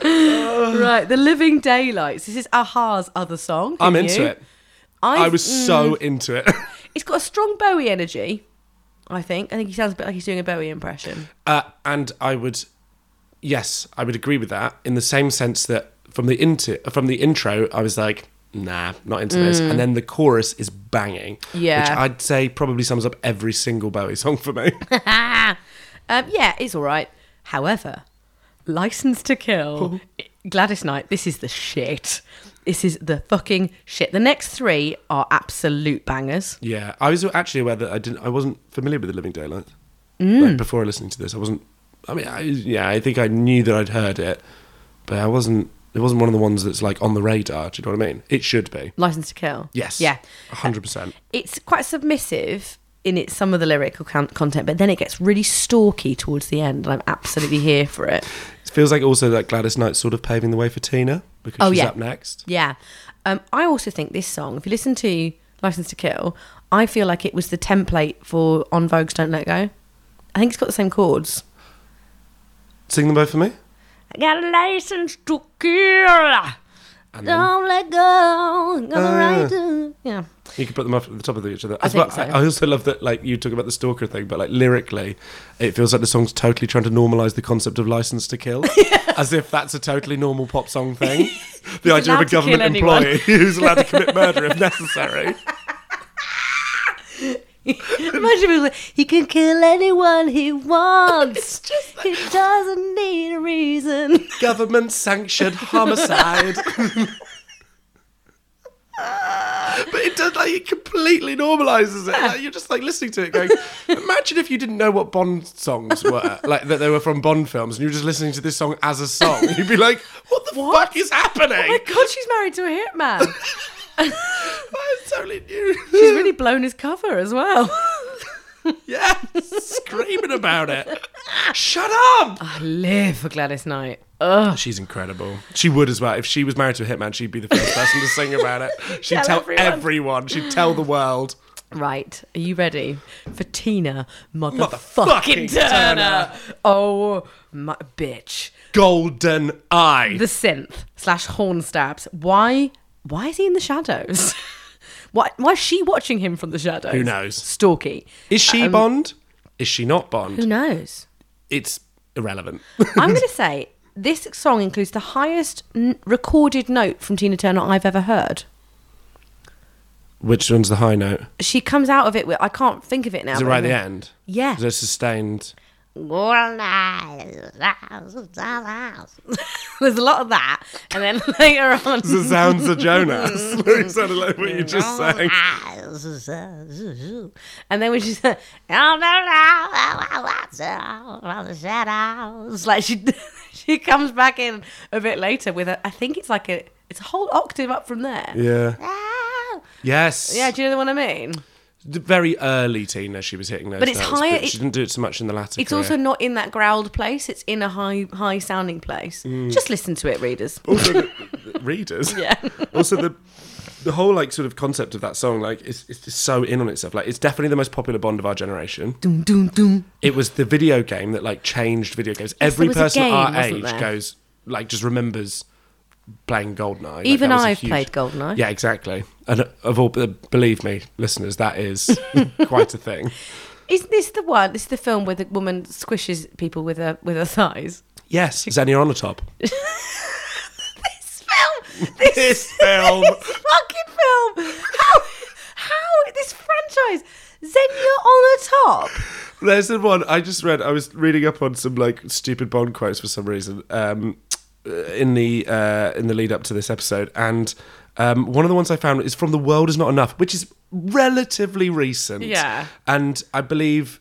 Speaker 7: Right, The Living Daylights. This is Aha's other song.
Speaker 4: I'm
Speaker 7: didn't
Speaker 4: into
Speaker 7: you?
Speaker 4: it. I was
Speaker 7: mm,
Speaker 4: so into it.
Speaker 7: It's got a strong Bowie energy. I think. I think he sounds a bit like he's doing a Bowie impression.
Speaker 4: Uh, and I would, yes, I would agree with that in the same sense that from the inti- from the intro, I was like, nah, not into this, and then the chorus is banging.
Speaker 7: Mm. Yeah.
Speaker 4: which I'd say probably sums up every single Bowie song for
Speaker 7: [LAUGHS]
Speaker 4: me.
Speaker 7: Um, yeah, it's all right. However, License to Kill,
Speaker 4: Oh.
Speaker 7: Gladys Knight, this is the shit. This is the fucking shit. The next three are absolute bangers.
Speaker 4: yeah, I was actually aware that I didn't, I wasn't familiar with the Living Daylight
Speaker 7: Mm.
Speaker 4: like, before listening to this. I wasn't. I mean, I, yeah, I think I knew that I'd heard it, but I wasn't. It wasn't one of the ones that's like on the radar. Do you know what I mean? It should be.
Speaker 7: License to Kill.
Speaker 4: Yes.
Speaker 7: Yeah.
Speaker 4: hundred percent.
Speaker 7: It's quite submissive in its some of the lyrical con- content, but then it gets really stalky towards the end, and I'm absolutely here for it.
Speaker 4: It feels like also that Gladys Knight's sort of paving the way for Tina because
Speaker 7: Oh,
Speaker 4: she's
Speaker 7: yeah.
Speaker 4: up next.
Speaker 7: Yeah. Um, I also think this song, if you listen to License to Kill, I feel like it was the template for On Vogue's Don't Let Go. I think it's got the same chords.
Speaker 4: Sing them both for me.
Speaker 7: I got a license to kill.
Speaker 4: And then
Speaker 7: Don't let go. Got the
Speaker 4: Ah.
Speaker 7: right to. [LAUGHS] Yeah.
Speaker 4: you can put them up at the top of each other. As
Speaker 7: think
Speaker 4: well,
Speaker 7: so.
Speaker 4: I also love that like you talk about the stalker thing, but like lyrically, it feels like the song's totally trying to normalise the concept of license to
Speaker 7: [LAUGHS]
Speaker 4: kill, [LAUGHS] as if that's a totally normal pop song thing. The idea of
Speaker 7: allowed
Speaker 4: a
Speaker 7: to kill
Speaker 4: government
Speaker 7: anyone.
Speaker 4: employee who's allowed to commit murder
Speaker 7: [LAUGHS]
Speaker 4: if necessary.
Speaker 7: Imagine if it was like, he can kill anyone he wants. he doesn't need a [LAUGHS] reason.
Speaker 4: government sanctioned homicide. but it does like it completely normalizes it. Like, you're just like listening to it going, imagine if you didn't know what Bond songs were, like that they were from Bond films, and you were just listening to this song as a song. You'd be like, what the fuck is
Speaker 7: Oh my
Speaker 4: happening?
Speaker 7: god, she's married to a
Speaker 4: [LAUGHS]
Speaker 7: hitman.
Speaker 4: That is totally new.
Speaker 7: She's
Speaker 4: [LAUGHS]
Speaker 7: really blown his cover as well.
Speaker 4: yeah, screaming about it. Shut up!
Speaker 7: I live for Gladys Knight. Ugh.
Speaker 4: She's incredible. She would as well. If she was married to a hitman, she'd be the first person to sing about it.
Speaker 7: [LAUGHS]
Speaker 4: She'd tell,
Speaker 7: Tell everyone.
Speaker 4: everyone. She'd tell the world.
Speaker 7: Right, are you ready for Tina
Speaker 4: Motherfucking
Speaker 7: motherfucking Turner? Oh my bitch!
Speaker 4: Golden Eye.
Speaker 7: The synth slash horn stabs. Why? Why is he in the shadows? [LAUGHS] why? Why is she watching him from the shadows?
Speaker 4: Who knows?
Speaker 7: Stalky.
Speaker 4: Is she Bond? Is she not Bond?
Speaker 7: Um, Who knows?
Speaker 4: It's irrelevant.
Speaker 7: I'm going to say this song includes the highest n- recorded note from Tina Turner I've ever heard.
Speaker 4: Which one's the high note?
Speaker 7: She comes out of it with I can't think of it now.
Speaker 4: Is it
Speaker 7: but
Speaker 4: right at the
Speaker 7: I know-
Speaker 4: end?
Speaker 7: Yeah.
Speaker 4: Is it sustained?
Speaker 7: [LAUGHS] There's a lot of that, and then [LAUGHS] later on,
Speaker 4: The sounds of Jonas. [LAUGHS]
Speaker 7: [LAUGHS]
Speaker 4: it sounded like what you just sang.
Speaker 7: And then when she said, "Oh, no, no, oh, what's from the shadows," oh," like she [LAUGHS] she comes back in a bit later with a, I think it's like a it's a whole octave up from there.
Speaker 4: Yeah. Yes.
Speaker 7: Yeah, do you know what I mean?
Speaker 4: The very early Tina, she was hitting those.
Speaker 7: But it's
Speaker 4: notes,
Speaker 7: higher-
Speaker 4: But she didn't do it so much in the latter.
Speaker 7: It's
Speaker 4: career.
Speaker 7: also not in that growled place. It's in a high high sounding place.
Speaker 4: Mm.
Speaker 7: Just listen to it, readers.
Speaker 4: also the, the readers. Yeah. [LAUGHS] also the the whole like sort of concept of that song like it's it's just so in on itself. Like it's definitely the most popular Bond of our generation.
Speaker 7: Doom doom doom.
Speaker 4: It was the video game that like changed video games. Every
Speaker 7: was a
Speaker 4: person
Speaker 7: game,
Speaker 4: at our
Speaker 7: wasn't
Speaker 4: age
Speaker 7: there?
Speaker 4: goes like just remembers playing Goldeneye. Like,
Speaker 7: Even
Speaker 4: that was a
Speaker 7: I've
Speaker 4: huge-
Speaker 7: played Goldeneye.
Speaker 4: Yeah, exactly. And uh, of all, believe me, listeners, that is [LAUGHS] quite a
Speaker 7: [LAUGHS]
Speaker 4: thing.
Speaker 7: Isn't this the one? This is the film where the woman squishes people with her with her thighs.
Speaker 4: Yes, Xenia on the top.
Speaker 7: This film.
Speaker 4: [LAUGHS]
Speaker 7: This, [LAUGHS]
Speaker 4: This film.
Speaker 7: this fucking film. How? How this franchise? Xenia on the top.
Speaker 4: There's the one I just read. I was reading up on some like stupid Bond quotes for some reason um, in the uh, in the lead up to this episode, and um, one of the ones I found is from "The World Is Not Enough," which is relatively recent.
Speaker 7: Yeah.
Speaker 4: and I believe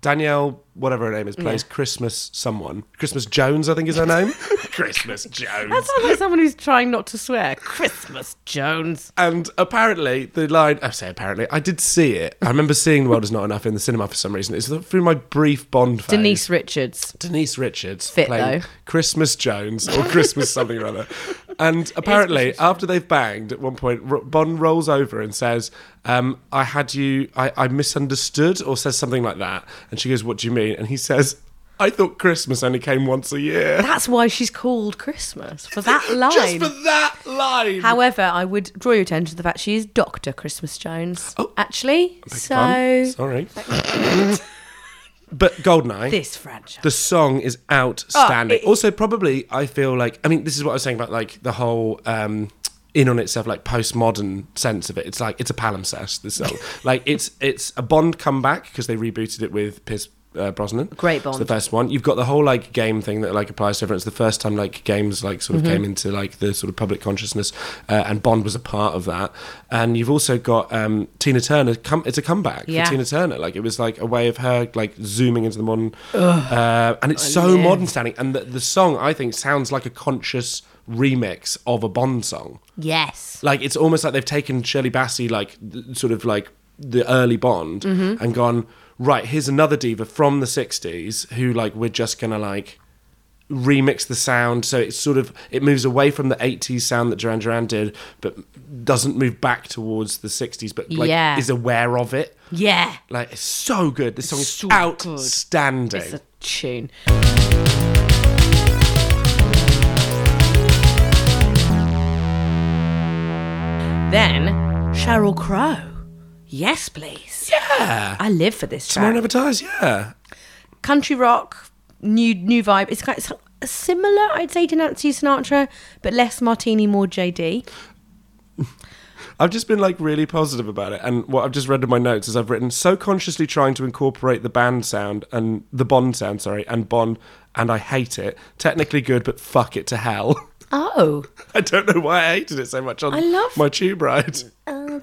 Speaker 4: Danielle, whatever her name is, plays Christmas someone. Christmas Jones, I think is her name. Christmas Jones.
Speaker 7: That sounds like someone who's trying not to swear. Christmas Jones.
Speaker 4: And apparently, the line I say apparently, I did see it. I remember seeing The World Is Not Enough in the cinema for some reason. It's through my brief Bond phase.
Speaker 7: Denise Richards.
Speaker 4: Denise Richards
Speaker 7: Fit,
Speaker 4: playing
Speaker 7: though.
Speaker 4: Christmas Jones or Christmas something or
Speaker 7: [LAUGHS]
Speaker 4: other. And apparently, after they've banged, at one point, R- Bond rolls over and says, um, I had you, I, I misunderstood, or says something like that. And she goes, What do you mean? And he says, I thought Christmas only came once a year.
Speaker 7: That's why she's called Christmas for that line.
Speaker 4: [LAUGHS] Just for that line.
Speaker 7: However, I would draw your attention to the fact she is Doctor Christmas Jones.
Speaker 4: Oh.
Speaker 7: actually,
Speaker 4: Big
Speaker 7: so
Speaker 4: pun. sorry. [LAUGHS] but Goldeneye.
Speaker 7: this franchise.
Speaker 4: the song is outstanding.
Speaker 7: Oh, it-
Speaker 4: also, probably I feel like I mean this is what I was saying about like the whole um in on itself like postmodern sense of it. It's like it's a palimpsest. This
Speaker 7: [LAUGHS]
Speaker 4: song, like it's it's a Bond comeback because they rebooted it with Pierce. Uh, Brosnan,
Speaker 7: Great
Speaker 4: It's the
Speaker 7: Bond.
Speaker 4: first one. You've got the whole like game thing that like applies to everyone. It's the first time like games like sort of came into like the sort of public consciousness, uh, and Bond was a part of that. And you've also got um, Tina Turner. Come, it's a comeback
Speaker 7: Yeah.
Speaker 4: for Tina Turner. Like it was like a way of her like zooming into the modern, uh, and it's so modern sounding. And the, the song I think sounds like a conscious remix of a Bond song.
Speaker 7: yes.
Speaker 4: Like it's almost like they've taken Shirley Bassey, like th- sort of like the early Bond,
Speaker 7: Mm-hmm.
Speaker 4: and gone right. Here's another diva from the '60s who like we're just gonna like remix the sound so it's sort of it moves away from the 80s sound that Duran Duran did but doesn't move back towards the 60s but like
Speaker 7: Yeah.
Speaker 4: is aware of it
Speaker 7: Yeah.
Speaker 4: like it's so good. This song is
Speaker 7: so good.
Speaker 4: outstanding.
Speaker 7: It's a tune. Then Cheryl Crow. Yes, please.
Speaker 4: yeah.
Speaker 7: I live for this
Speaker 4: Tomorrow
Speaker 7: track.
Speaker 4: Never Dies. Yeah.
Speaker 7: Country rock, new new vibe. It's kind of it's similar, I'd say, to Nancy Sinatra, but less Martini, more JD.
Speaker 4: I've just been like really positive about it, and what I've just read in my notes is I've written so consciously trying to incorporate the band sound and the Bond sound, sorry, and Bond, and I hate it. Technically good, but fuck it to hell. [LAUGHS]
Speaker 7: Oh.
Speaker 4: I don't know why I hated it so much on
Speaker 7: I love-
Speaker 4: my tube ride.
Speaker 7: Uh,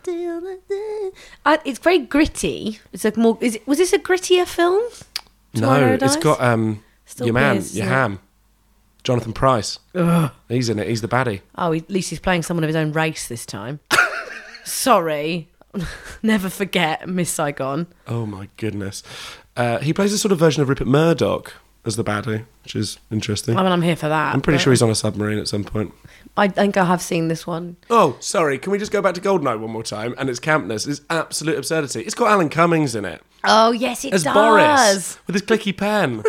Speaker 7: it's very gritty. It's like more. Is it, was this a grittier film?
Speaker 4: No,
Speaker 7: [LAUGHS] Tomorrow
Speaker 4: it's
Speaker 7: Dies?
Speaker 4: got um
Speaker 7: Still
Speaker 4: your man,
Speaker 7: is,
Speaker 4: your
Speaker 7: yeah.
Speaker 4: ham, Jonathan Price. He's in it. He's the baddie.
Speaker 7: Oh, at least he's playing someone of his own race this [LAUGHS] time. Sorry. [LAUGHS] Never forget Miss Saigon.
Speaker 4: Oh my goodness. Uh, he plays a sort of version of Rupert Murdoch as the baddie, which is interesting.
Speaker 7: I mean, I'm here for that.
Speaker 4: I'm pretty
Speaker 7: but
Speaker 4: sure he's on a submarine at some point.
Speaker 7: I think I have seen this one.
Speaker 4: Oh, sorry. Can we just go back to Goldeneye one more time? And its campness is absolute absurdity. It's got Alan Cummings in it
Speaker 7: Oh, yes, it
Speaker 4: as
Speaker 7: does.
Speaker 4: Boris with his clicky
Speaker 7: [LAUGHS]
Speaker 4: pen.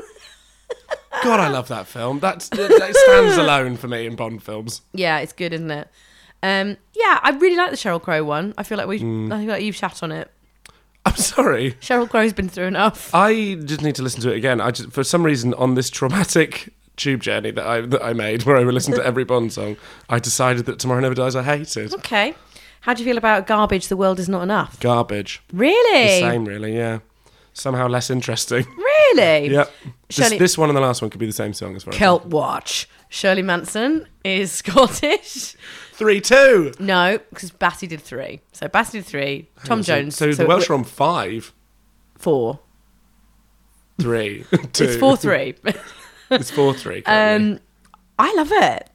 Speaker 4: God, I love that film. That's, that stands alone for me in Bond films.
Speaker 7: Yeah, it's good, isn't it? Um, yeah, I really like the Cheryl Crow one. I feel like we,
Speaker 4: Mm.
Speaker 7: I feel like you've shat on it.
Speaker 4: I'm sorry.
Speaker 7: Cheryl Crow's been through enough.
Speaker 4: I just need to listen to it again. I just, for some reason on this traumatic tube journey that I that I made, where I would listen to every Bond song, I decided that Tomorrow Never Dies I hated.
Speaker 7: Okay, how do you feel about garbage? The world is not enough.
Speaker 4: Garbage. The
Speaker 7: Really,
Speaker 4: same, really. Yeah. Somehow less interesting.
Speaker 7: really.
Speaker 4: Yep. This,
Speaker 7: Shirley-
Speaker 4: this one and the last one could be the same song as far as
Speaker 7: Celt Watch. Shirley Manson is [LAUGHS] Scottish.
Speaker 4: three two.
Speaker 7: No, because Bassey did three. So Bassey did three. Tom Jones.
Speaker 4: So, the
Speaker 7: it
Speaker 4: Welsh
Speaker 7: w-
Speaker 4: are on five,
Speaker 7: four.
Speaker 4: three, two.
Speaker 7: [LAUGHS] It's four three.
Speaker 4: [LAUGHS]
Speaker 7: [LAUGHS]
Speaker 4: It's four three. currently.
Speaker 7: um, I love it.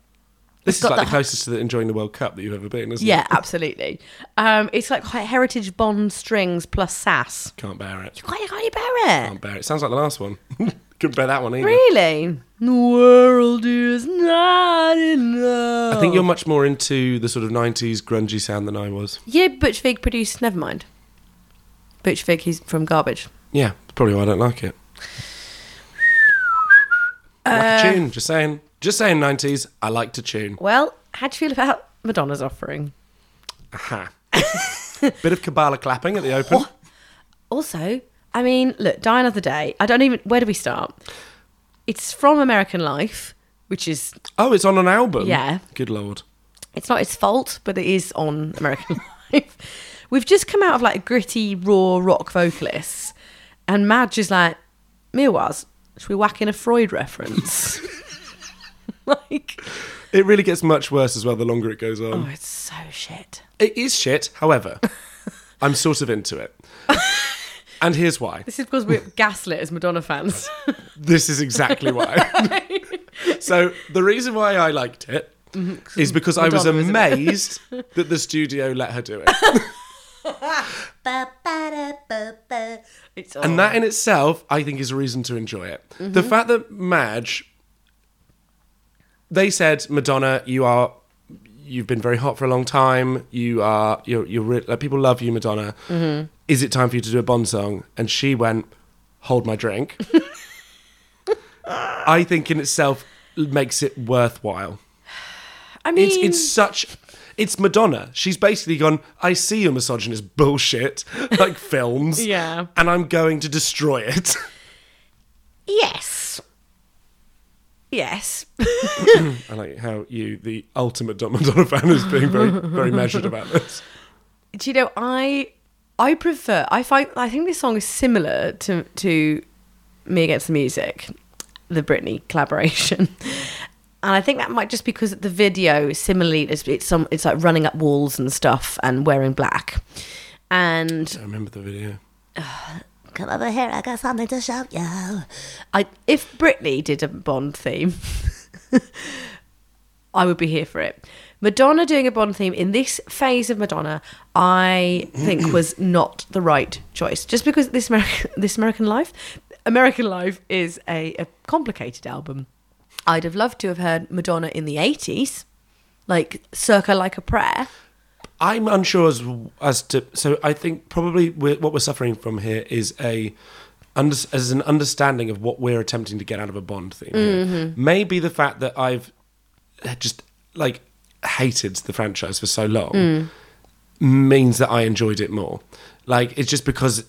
Speaker 4: this is
Speaker 7: got
Speaker 4: like the
Speaker 7: the-
Speaker 4: closest to the enjoying the World Cup that you've ever been, isn't
Speaker 7: Yeah,
Speaker 4: it?
Speaker 7: absolutely. Um, it's like he- heritage bond strings plus sass.
Speaker 4: Can't bear it.
Speaker 7: Why can't you bear it?
Speaker 4: Can't bear it. Sounds like the last one. [LAUGHS] Couldn't bear that one either.
Speaker 7: Really? The world is not enough.
Speaker 4: I think you're much more into the sort of '90s grungy sound than I was.
Speaker 7: Yeah, Butch Vig produced Nevermind. Butch Vig, he's from Garbage.
Speaker 4: Yeah, that's probably why I don't like it. I
Speaker 7: Uh,
Speaker 4: like a tune. Just saying. Just saying. '90s. I like to tune.
Speaker 7: Well, how do you feel about Madonna's offering? [LAUGHS]
Speaker 4: Aha. Bit of Kabbalah clapping at the open.
Speaker 7: Also, I mean, look, Die Another Day. I don't even. Where do we start? It's from American Life, which is.
Speaker 4: Oh, it's on an album.
Speaker 7: Yeah.
Speaker 4: Good lord.
Speaker 7: It's not its fault, but it is on American [LAUGHS] Life. We've just come out of like gritty, raw rock vocalists, and Madge is like, Mirwaz, should we whack in a Freud reference? [LAUGHS] like,
Speaker 4: It really gets much worse as well the longer it goes on.
Speaker 7: oh, it's so shit.
Speaker 4: It is shit,
Speaker 7: [LAUGHS]
Speaker 4: however, I'm sort of into it. and here's why.
Speaker 7: This is because we're [LAUGHS] gaslit as Madonna fans. [LAUGHS]
Speaker 4: This is exactly why. so, the reason why I liked it is because I was
Speaker 7: Mm-hmm. Madonna, isn't it?
Speaker 4: amazed that the studio let her do it.
Speaker 7: It's
Speaker 4: And that in itself, I think, is a reason to enjoy it. The fact that Madge, they said, Madonna, you are, you've been very hot for a long time. You are, you're, you're re- like, people love you, Madonna. Is it time for you to do a Bond song? And she went, hold my drink. I think in itself makes it worthwhile.
Speaker 7: I mean,
Speaker 4: It's it's such. It's Madonna. She's basically gone. I see your misogynist bullshit, [LAUGHS] like films.
Speaker 7: Yeah.
Speaker 4: and I'm going to destroy it. [LAUGHS]
Speaker 7: yes, yes. [LAUGHS]
Speaker 4: I like how you, the ultimate Don Madonna fan, is being very, very measured about this.
Speaker 7: Do you know I I prefer I find I think this song is similar to to Me Against the Music, the Britney collaboration. [LAUGHS] And I think that might just because the video similarly it's, it's some it's like running up walls and stuff and wearing black. And
Speaker 4: I remember the video.
Speaker 7: come over here, I got something to show you. I if Britney did a Bond theme, [LAUGHS] I would be here for it. Madonna doing a Bond theme in this phase of Madonna, I [CLEARS THROAT] think was not the right choice. Just because this American, this American Life, American Life is a, a complicated album. I'd have loved to have heard Madonna in the eighties, like circa like a prayer.
Speaker 4: I'm unsure as as to. So I think probably we're, what we're suffering from here is a under, as an understanding of what we're attempting to get out of a Bond theme. here.
Speaker 7: Mm-hmm.
Speaker 4: Maybe the fact that I've just like hated the franchise for so long
Speaker 7: Mm.
Speaker 4: means that I enjoyed it more. Like it's just because.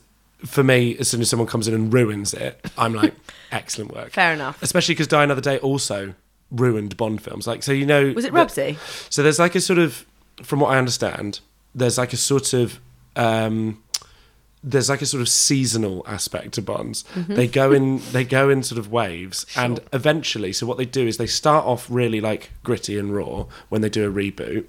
Speaker 4: For me, as soon as someone comes in and ruins it, I'm like,
Speaker 7: [LAUGHS]
Speaker 4: excellent work.
Speaker 7: Fair enough.
Speaker 4: Especially because Die Another Day also ruined Bond films. Like, so you know,
Speaker 7: Was it
Speaker 4: that-
Speaker 7: Rubsy?
Speaker 4: so there's like a sort of, from what I understand, there's like a sort of, um, there's like a sort of seasonal aspect to bonds.
Speaker 7: Mm-hmm.
Speaker 4: They go in, they go in sort of waves, and eventually, so what they do is they start off really like gritty and raw when they do a reboot,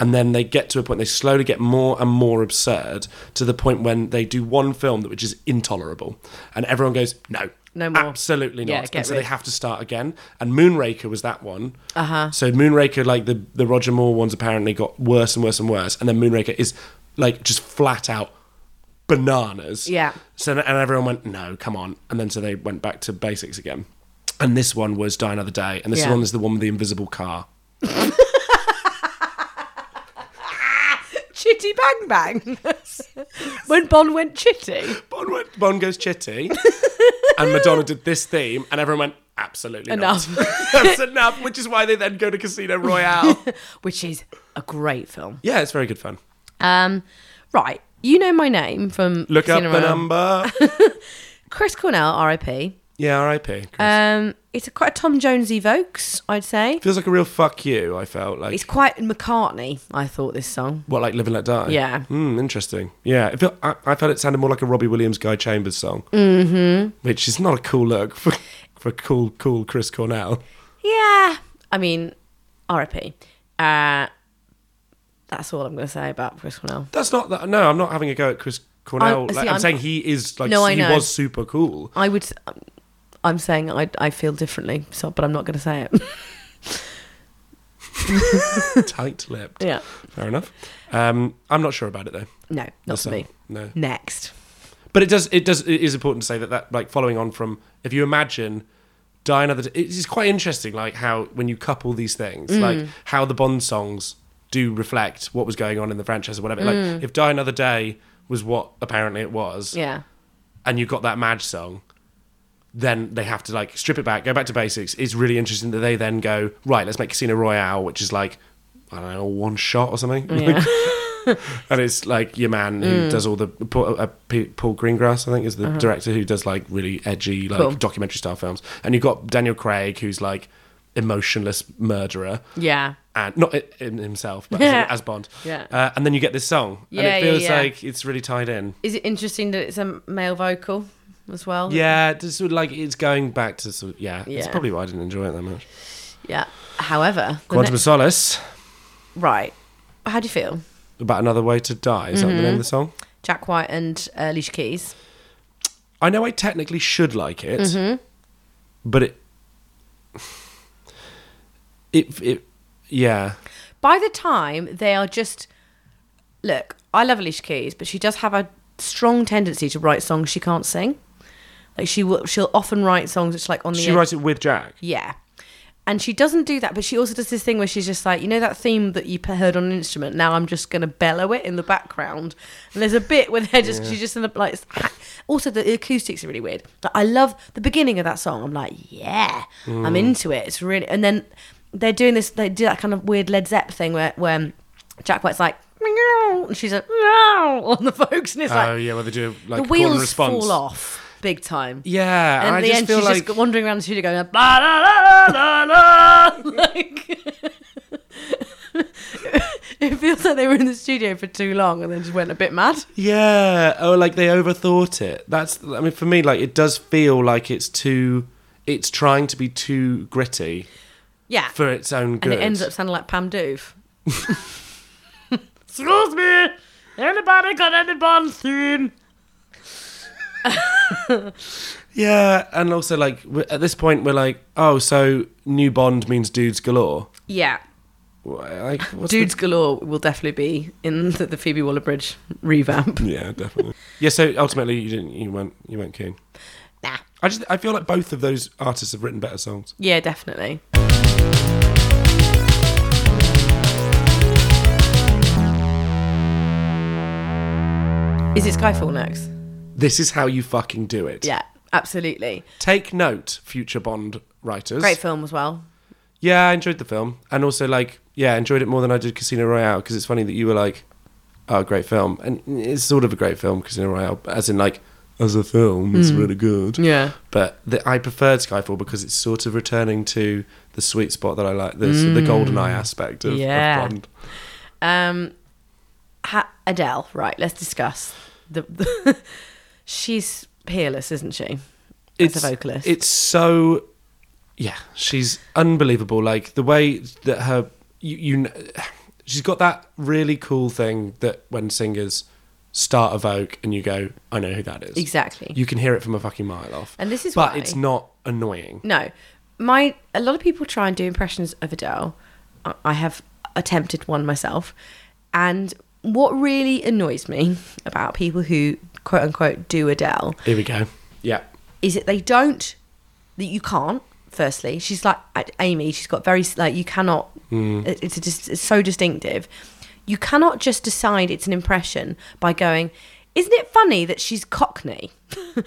Speaker 4: and then they get to a point they slowly get more and more absurd to the point when they do one film that which is intolerable, and everyone goes no.
Speaker 7: No more.
Speaker 4: Absolutely not.
Speaker 7: Yeah, get
Speaker 4: and so
Speaker 7: rid.
Speaker 4: they have to start again. And Moonraker was that one. Uh
Speaker 7: Uh-huh.
Speaker 4: huh. So Moonraker, like the the Roger Moore ones, apparently got worse and worse and worse. And then Moonraker is like just flat out bananas.
Speaker 7: Yeah.
Speaker 4: So and everyone went, no, come on. And then so they went back to basics again. And this one was Die Another Day. And this
Speaker 7: Yeah.
Speaker 4: one is the one with the invisible car.
Speaker 7: Chitty bang bang. [LAUGHS] when Bon went chitty.
Speaker 4: Bond, went, Bond goes chitty, [LAUGHS] and Madonna did this theme, and everyone went absolutely not. [LAUGHS] That's enough. Which is why they then go to Casino
Speaker 7: [LAUGHS]
Speaker 4: Royale.
Speaker 7: which is a great film.
Speaker 4: yeah, it's very good fun.
Speaker 7: Um, right, you know my name from
Speaker 4: Look
Speaker 7: Casino
Speaker 4: up the
Speaker 7: Royale. [LAUGHS]
Speaker 4: number.
Speaker 7: Chris Cornell, R.I.P.
Speaker 4: Yeah, R.I.P. Chris.
Speaker 7: Um, it's a quite a Tom Jones evokes, I'd say.
Speaker 4: Feels like a real fuck you. I felt like
Speaker 7: It's quite McCartney. I thought this song.
Speaker 4: what, like live and let die.
Speaker 7: Yeah.
Speaker 4: Hmm. Interesting. Yeah. It felt, I, I felt it sounded more like a Robbie Williams, Guy Chambers song, mm-hmm. which is not a cool look for for cool, cool Chris Cornell.
Speaker 7: Yeah, I mean, R.I.P. Uh, that's all I'm going to say about Chris Cornell.
Speaker 4: That's not that. No, I'm not having a go at Chris Cornell.
Speaker 7: see,
Speaker 4: like, I'm,
Speaker 7: I'm-
Speaker 4: saying he is like
Speaker 7: No, I
Speaker 4: he
Speaker 7: know.
Speaker 4: was super cool.
Speaker 7: I would. um, I'm saying I, I feel differently, so but I'm not going to say it. [LAUGHS]
Speaker 4: tight lipped.
Speaker 7: yeah,
Speaker 4: Fair enough. Um, I'm not sure about it though.
Speaker 7: no,
Speaker 4: The
Speaker 7: not for
Speaker 4: song.
Speaker 7: me.
Speaker 4: No.
Speaker 7: Next,
Speaker 4: But it does. It does. It is important to say that that like following on from if you imagine die another. Day, it's quite interesting like how when you couple these things like how the Bond songs do reflect what was going on in the franchise or whatever. Like if die another day was what apparently it was,
Speaker 7: yeah,
Speaker 4: and you got that Madge song. Then they have to like strip it back, go back to basics. It's really interesting that they then go right. Let's make Casino Royale, which is like I don't know, one shot or something. [LAUGHS]
Speaker 7: yeah. [LAUGHS] Mm.
Speaker 4: And it's like your man who does all the Paul, uh, P- Paul Greengrass, I think, is the director who does like really edgy, like
Speaker 7: Uh-huh. Cool.
Speaker 4: documentary style films. And you've got Daniel Craig, who's like emotionless murderer,
Speaker 7: yeah.
Speaker 4: and not i- in himself, but
Speaker 7: [LAUGHS]
Speaker 4: as, as Bond.
Speaker 7: Yeah.
Speaker 4: Uh, and then you get this song,
Speaker 7: Yeah,
Speaker 4: and
Speaker 7: yeah,
Speaker 4: it feels
Speaker 7: yeah.
Speaker 4: like it's really tied in.
Speaker 7: Is it interesting that it's a male vocal as well?
Speaker 4: Yeah, just sort of like it's going back to sort of, yeah, It's
Speaker 7: Yeah.
Speaker 4: probably why I didn't enjoy it that much.
Speaker 7: Yeah. However, the
Speaker 4: Quantum
Speaker 7: ne-
Speaker 4: of Solace,
Speaker 7: right. How do you feel?
Speaker 4: about another way to die. Is that the name
Speaker 7: Mm-hmm.
Speaker 4: of the song?
Speaker 7: Jack White and uh, Alicia Keys.
Speaker 4: I know I technically should like it,
Speaker 7: Mm-hmm.
Speaker 4: but it, it, it, yeah,
Speaker 7: By the time they are just look, I love Alicia Keys, but she does have a strong tendency to write songs she can't sing. Like she will, she'll often write songs that's like on the
Speaker 4: she
Speaker 7: edge-
Speaker 4: writes it with Jack.
Speaker 7: Yeah. And she doesn't do that, but she also does this thing where she's just like, you know, that theme that you p- heard on an instrument. Now I'm just going to bellow it in the background. And there's a bit where they're just she's just in the like. it's ha- Also, the acoustics are really weird. Like, I love the beginning of that song. I'm like, yeah, I'm
Speaker 4: Mm.
Speaker 7: into it. It's really. And then they're doing this. They do that kind of weird Led Zepp thing where where Jack White's like. "Meow," And she's like "Meow," [LAUGHS] on the folks, and it's like
Speaker 4: oh yeah, well they do like
Speaker 7: the
Speaker 4: call and
Speaker 7: wheels
Speaker 4: response.
Speaker 7: fall off big time.
Speaker 4: Yeah,
Speaker 7: And
Speaker 4: I
Speaker 7: at the
Speaker 4: just
Speaker 7: end,
Speaker 4: feel
Speaker 7: she's
Speaker 4: like
Speaker 7: just wandering around the studio going, "Ba la la la la la," [LAUGHS] like it feels like they were in the studio for too long and then just went a bit mad.
Speaker 4: yeah, oh like they overthought it. That's I mean for me like it does feel like it's too. It's trying to be too gritty
Speaker 7: Yeah,
Speaker 4: for its own
Speaker 7: and
Speaker 4: good.
Speaker 7: it ends up sounding like Pam Doof. Excuse me, anybody got any Bernstein?
Speaker 4: [LAUGHS] Yeah, and also like w- at this point we're like, oh, so new Bond means dudes galore.
Speaker 7: Yeah,
Speaker 4: Wh- Like what's the-
Speaker 7: Dudes Galore will definitely be in the, the Phoebe Waller-Bridge revamp.
Speaker 4: [LAUGHS] yeah, definitely. yeah, so ultimately you didn't, you weren't, you weren't keen.
Speaker 7: Nah.
Speaker 4: I just, I feel like both of those artists have written better songs.
Speaker 7: [LAUGHS] Yeah, definitely. Is it Skyfall next?
Speaker 4: This is how you fucking do it.
Speaker 7: Yeah, absolutely.
Speaker 4: Take note, future Bond writers.
Speaker 7: Great film as well.
Speaker 4: Yeah, I enjoyed the film, and also like, yeah, I enjoyed it more than I did Casino Royale because it's funny that you were like, oh, great film, and it's sort of a great film, Casino Royale, as in like, as a film, it's really good.
Speaker 7: Hmm. Yeah.
Speaker 4: But the, I preferred Skyfall because it's sort of returning to the sweet spot that I like, the, the golden eye aspect of, of
Speaker 7: Hmm. Yeah.
Speaker 4: Bond.
Speaker 7: Um, ha- Adele, right? Let's discuss the. the [LAUGHS] she's peerless, isn't she? As a vocalist.
Speaker 4: It's so, yeah, she's unbelievable. Like the way that her, you, you, kn- she's got that really cool thing that when singers start a vogue and you go, I know who that is.
Speaker 7: Exactly.
Speaker 4: You can hear it from a fucking mile off.
Speaker 7: And this is
Speaker 4: but
Speaker 7: why-
Speaker 4: it's not annoying.
Speaker 7: No, my a lot of people try and do impressions of Adele. I- I have attempted one myself, and what really annoys me [LAUGHS] about people who quote unquote do Adele
Speaker 4: Here we go. Yeah.
Speaker 7: is that they don't that you can't. Firstly, she's like at Amy. She's got very like you cannot.
Speaker 4: Hmm.
Speaker 7: it- It's a, dis- it's so distinctive. You cannot just decide it's an impression by going. Isn't it funny that she's Cockney? [LAUGHS]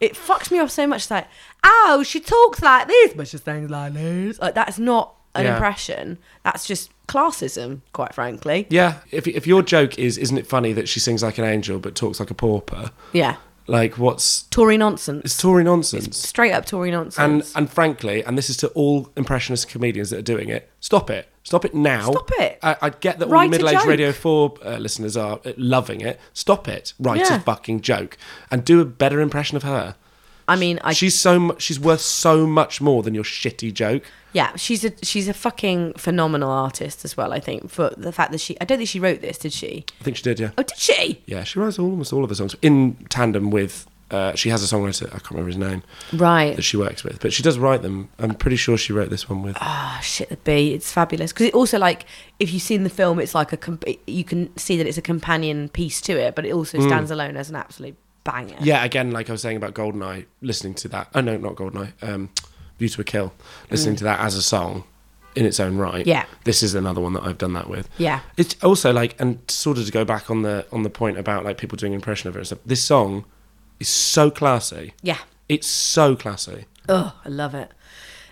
Speaker 7: it fucks me off so much. It's like, oh, she talks like this, but she sings like this. Like that's not an
Speaker 4: Yeah.
Speaker 7: impression. That's just classism, quite frankly.
Speaker 4: Yeah. If, if your joke is, isn't it funny that she sings like an angel but talks like a pauper?
Speaker 7: Yeah,
Speaker 4: Like, what's.
Speaker 7: Tory nonsense.
Speaker 4: It's Tory nonsense.
Speaker 7: Straight up Tory
Speaker 4: And
Speaker 7: nonsense.
Speaker 4: and frankly, and this is to all impressionist comedians that are doing it. Stop it. Stop it now.
Speaker 7: Stop it.
Speaker 4: I, I get that all
Speaker 7: Write a
Speaker 4: the middle-aged
Speaker 7: joke.
Speaker 4: Radio Four uh, listeners are uh, loving it. Stop it. Write
Speaker 7: Yeah.
Speaker 4: a fucking joke and do a better impression of her.
Speaker 7: I mean, I
Speaker 4: she's so mu- she's worth so much more than your shitty joke.
Speaker 7: Yeah, she's a she's a fucking phenomenal artist as well. I think for the fact that she, I don't think she wrote this, did she?
Speaker 4: I think she did. Yeah.
Speaker 7: Oh, did she?
Speaker 4: Yeah. She writes almost all of her songs in tandem with. Uh, she has a songwriter. I can't remember his name that
Speaker 7: Right.
Speaker 4: she works with, but she does write them. I'm pretty sure she wrote this one with.
Speaker 7: Oh shit, the bee. It's fabulous because it also like if you've seen the film, it's like a comp- you can see that it's a companion piece to it, but it also stands alone as an absolute banger.
Speaker 4: Mm. Yeah, again, like I was saying about Goldeneye, listening to that. Oh no, not Goldeneye. Um, View to a Kill. Listening to that as a song in its own right.
Speaker 7: Yeah.
Speaker 4: This is another one that I've done that with.
Speaker 7: Yeah.
Speaker 4: It's also like, and sort of to go back on the on the point about like people doing impression of it and stuff. This song is so classy.
Speaker 7: Yeah.
Speaker 4: It's so classy.
Speaker 7: Oh, I love it.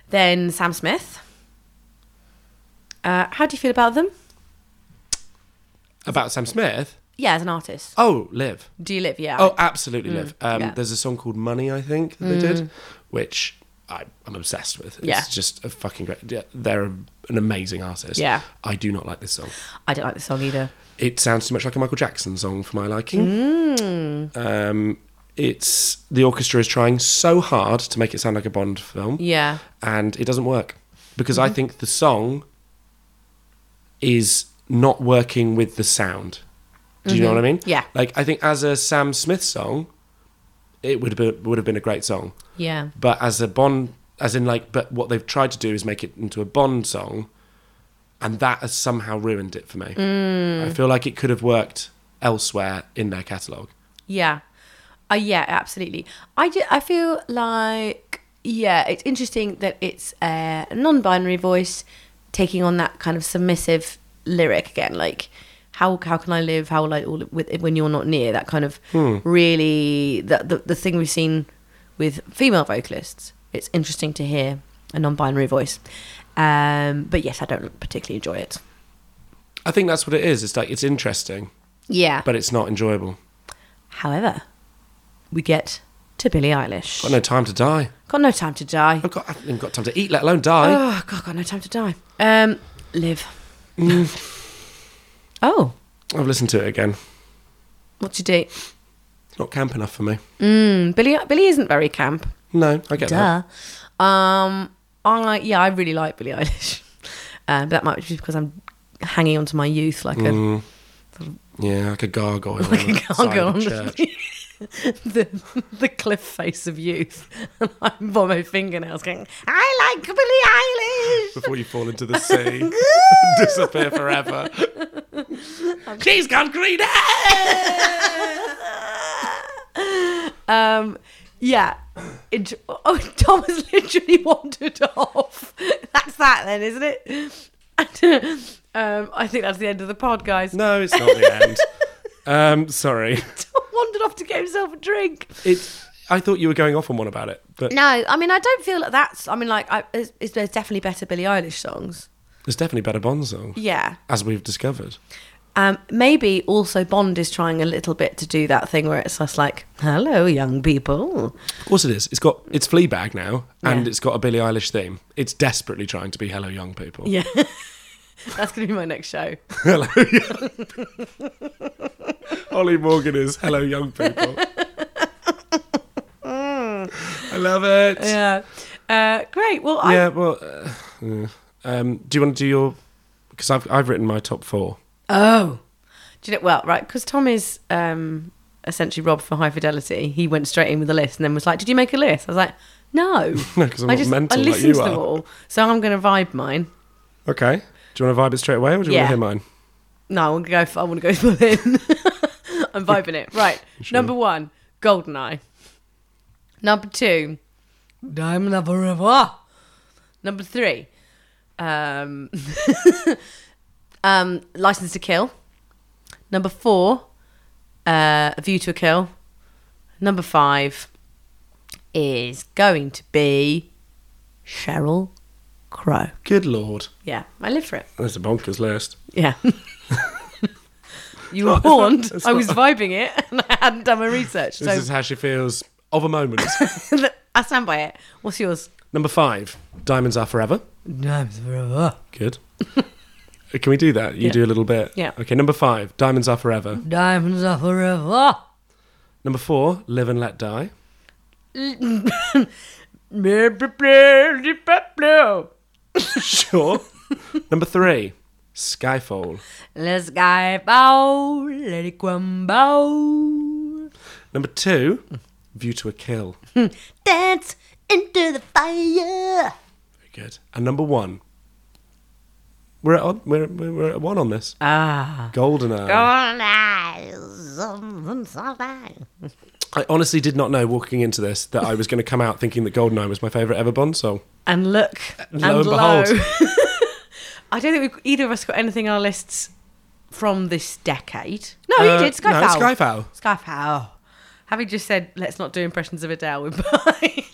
Speaker 7: Then Sam Smith. Uh, how do you feel about them?
Speaker 4: About Sam Smith.
Speaker 7: Yeah, as an artist.
Speaker 4: Oh, live.
Speaker 7: Do you live? Yeah.
Speaker 4: Oh, absolutely live. Um,
Speaker 7: Mm, yeah. Mm.
Speaker 4: There's a song called Money, I think, that they did, which I, I'm obsessed with. It's
Speaker 7: Yeah.
Speaker 4: just a fucking great. yeah, They're a, an amazing artist.
Speaker 7: Yeah.
Speaker 4: I do not like this song.
Speaker 7: I don't like the song either.
Speaker 4: It sounds too much like a Michael Jackson song for my liking.
Speaker 7: Mm.
Speaker 4: Um, it's the orchestra is trying so hard to make it sound like a Bond film,
Speaker 7: Yeah.
Speaker 4: and it doesn't work because I think the song is not working with the sound. Do you know what I mean?
Speaker 7: Yeah.
Speaker 4: Like I think as a Sam Smith song, it would have been, would have been a great song,
Speaker 7: Yeah.
Speaker 4: but as a Bond, as in like, but what they've tried to do is make it into a Bond song, and that has somehow ruined it for me. I feel like it could have worked elsewhere in their catalogue.
Speaker 7: Yeah. Uh, yeah, absolutely. I, ju- I feel like yeah, it's interesting that it's a non-binary voice taking on that kind of submissive lyric again, like how how can I live? How will I all with when you're not near? That kind of
Speaker 4: Hmm.
Speaker 7: really that the, the thing we've seen with female vocalists. It's interesting to hear a non-binary voice, um, but yes, I don't particularly enjoy it.
Speaker 4: I think that's what it is. It's like it's interesting,
Speaker 7: Yeah.
Speaker 4: but it's not enjoyable.
Speaker 7: However, we get to Billie Eilish.
Speaker 4: Got no time to die.
Speaker 7: Got no time to die.
Speaker 4: I've got I haven't even got time to eat, let alone die.
Speaker 7: Oh God, got no time to die. Um, live.
Speaker 4: Mm.
Speaker 7: [LAUGHS] oh,
Speaker 4: I've listened to it again.
Speaker 7: what's your date?
Speaker 4: It's not camp enough for me.
Speaker 7: Mm, Billy. Billy isn't very camp.
Speaker 4: No, I get that.
Speaker 7: Um, I yeah, I really like Billie Eilish. [LAUGHS] Um, but that might be because I'm hanging on to my youth like a
Speaker 4: Yeah, like a gargoyle.
Speaker 7: [LAUGHS] like a
Speaker 4: on the Mm. side of
Speaker 7: gargoyle on
Speaker 4: a church.
Speaker 7: the, [LAUGHS] the the cliff face of youth, [LAUGHS] and I'm on my fingernails going, I like Billie Eilish.
Speaker 4: before you fall into
Speaker 7: [LAUGHS]
Speaker 4: the sea, disappear forever. She's gone green.
Speaker 7: [LAUGHS] um, yeah. It, oh, [LAUGHS] Tom has literally wandered off. That's that, then, isn't it? [LAUGHS] um, I think that's the end of the pod, guys.
Speaker 4: No, it's not the end. Um, sorry.
Speaker 7: [LAUGHS] Tom wandered off to get himself a drink.
Speaker 4: It's. I thought you were going off on one about it, but
Speaker 7: No, I mean, I don't feel like that's. I mean, like, I, it's, it's, there's definitely better Billie Eilish songs.
Speaker 4: there's definitely better Bond song,
Speaker 7: Yeah.
Speaker 4: as we've discovered.
Speaker 7: Um, maybe also Bond is trying a little bit to do that thing where it's just like, hello, young people.
Speaker 4: Of course, it is. It's got it's Fleabag now, and
Speaker 7: Yeah.
Speaker 4: it's got a Billie Eilish theme. It's desperately trying to be "Hello, young people."
Speaker 7: Yeah. [LAUGHS] That's going to be my next show.
Speaker 4: Hello, [LAUGHS] young Ollie Morgan is "Hello, young people." I love it.
Speaker 7: Yeah. Uh, great. Well, I
Speaker 4: Yeah, well, uh, yeah. um, do you want to do your? Because I've I've written my top four. [LAUGHS]
Speaker 7: Oh. Do you know, well, right, because Tom is um, essentially Rob for High Fidelity. He went straight in with a list and then was like, Did you make a list? I was like, [LAUGHS] No.
Speaker 4: No, 'cause I'm
Speaker 7: I
Speaker 4: not
Speaker 7: just
Speaker 4: mental
Speaker 7: I
Speaker 4: like
Speaker 7: listened
Speaker 4: you
Speaker 7: to them
Speaker 4: are.
Speaker 7: all. So I'm going to vibe mine.
Speaker 4: Okay. Do you want to vibe it straight away, or do you want
Speaker 7: Yeah.
Speaker 4: to hear mine?
Speaker 7: No, I want to go, f- I want to go [LAUGHS] full in. I'm vibing it. Right. Number one, Goldeneye. Number two, Diamond of Forever. Number three, um, [LAUGHS] um, License to Kill. Number four, uh, A View to a Kill. Number five is going to be Cheryl Crow.
Speaker 4: Good lord,
Speaker 7: Yeah, I live for it.
Speaker 4: that's a bonkers list. [LAUGHS]
Speaker 7: Yeah. you were
Speaker 4: not-
Speaker 7: warned.
Speaker 4: it's
Speaker 7: I
Speaker 4: not-
Speaker 7: was vibing it [LAUGHS] and I hadn't done my research.
Speaker 4: This is
Speaker 7: So
Speaker 4: how she feels of a moment. [LAUGHS]
Speaker 7: [LAUGHS] I stand by it. What's yours?
Speaker 4: Number five, diamonds are forever.
Speaker 7: Dimes forever. [LAUGHS]
Speaker 4: Good. Can we do that? You
Speaker 7: Yeah.
Speaker 4: do a little bit.
Speaker 7: Yeah.
Speaker 4: Okay. Number five, diamonds are forever.
Speaker 7: Diamonds are forever.
Speaker 4: Number four, live and let
Speaker 7: [LAUGHS]
Speaker 4: die. Sure. Number three, Skyfall.
Speaker 7: Let's go bow, let it crumble.
Speaker 4: Number two, View to a Kill.
Speaker 7: Dance into the fire.
Speaker 4: Very good. And number one. We're at on, we're, we're we're at one on this.
Speaker 7: Ah.
Speaker 4: Goldeneye. [LAUGHS] I honestly did not know walking into this that I was going to come out thinking that Goldeneye was my favourite ever Bond song.
Speaker 7: And look, and,
Speaker 4: Lo and
Speaker 7: low.
Speaker 4: behold.
Speaker 7: [LAUGHS] I don't think we, either of us got anything on our lists from this decade. No,
Speaker 4: Uh,
Speaker 7: Oh, you did. Skyfall.
Speaker 4: No, Skyfall.
Speaker 7: Skyfall. Having just said, let's not do impressions of Adele, we [LAUGHS] probably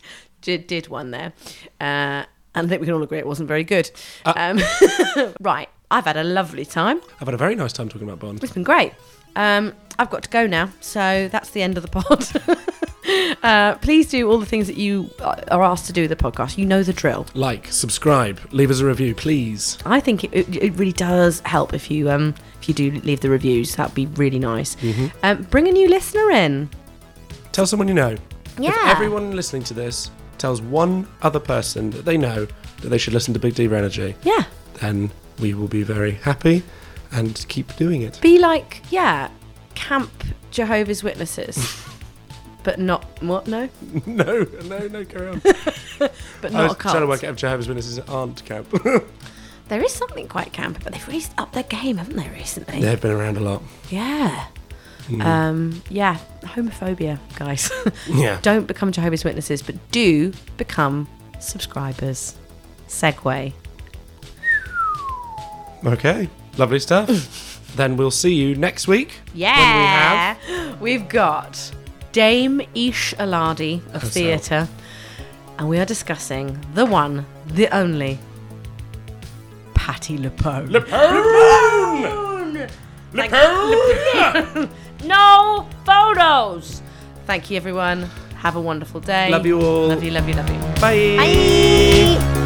Speaker 7: did, did one there. Uh, and I think we can all agree it wasn't very good. um, [LAUGHS] right. I've had a lovely time.
Speaker 4: I've had a very nice time talking about Bond.
Speaker 7: It's been great. Um, I've got to go now, so that's the end of the pod. [LAUGHS] uh, please do all the things that you are asked to do with the podcast. You know the drill.
Speaker 4: Like, subscribe, leave us a review, please.
Speaker 7: I think it, it, it really does help if you um if you do leave the reviews. That'd be really nice. Um, bring a new listener in.
Speaker 4: Tell someone you know.
Speaker 7: Yeah.
Speaker 4: If everyone listening to this tells one other person that they know that they should listen to Big Diva Energy,
Speaker 7: Yeah.
Speaker 4: then we will be very happy and keep doing it.
Speaker 7: Be like yeah, camp
Speaker 4: [LAUGHS]
Speaker 7: Jehovah's Witnesses, but not what no,
Speaker 4: [LAUGHS] No, no, no, carry on.
Speaker 7: but
Speaker 4: I
Speaker 7: [LAUGHS] not
Speaker 4: was
Speaker 7: a cult.
Speaker 4: trying to work out if Jehovah's Witnesses aren't camp.
Speaker 7: There is something quite camp, but they've raised up their game, haven't they recently?
Speaker 4: They've been around a lot.
Speaker 7: Yeah. Um, yeah, homophobia, guys.
Speaker 4: [LAUGHS]
Speaker 7: [LAUGHS]
Speaker 4: Yeah.
Speaker 7: Don't become Jehovah's Witnesses, but do become subscribers. Segway.
Speaker 4: Okay. Lovely
Speaker 7: [LAUGHS]
Speaker 4: stuff. then we'll see you next week.
Speaker 7: Yeah. [GASPS] we have got Dame Ish Aladi of
Speaker 4: Herself.
Speaker 7: theatre, and we are discussing the one, the only, Patty Lepone. Thank- [LAUGHS] no photos. Thank you, everyone. Have a wonderful day.
Speaker 4: Love you all.
Speaker 7: Love you. Love you. Love you.
Speaker 4: Bye.
Speaker 7: Bye.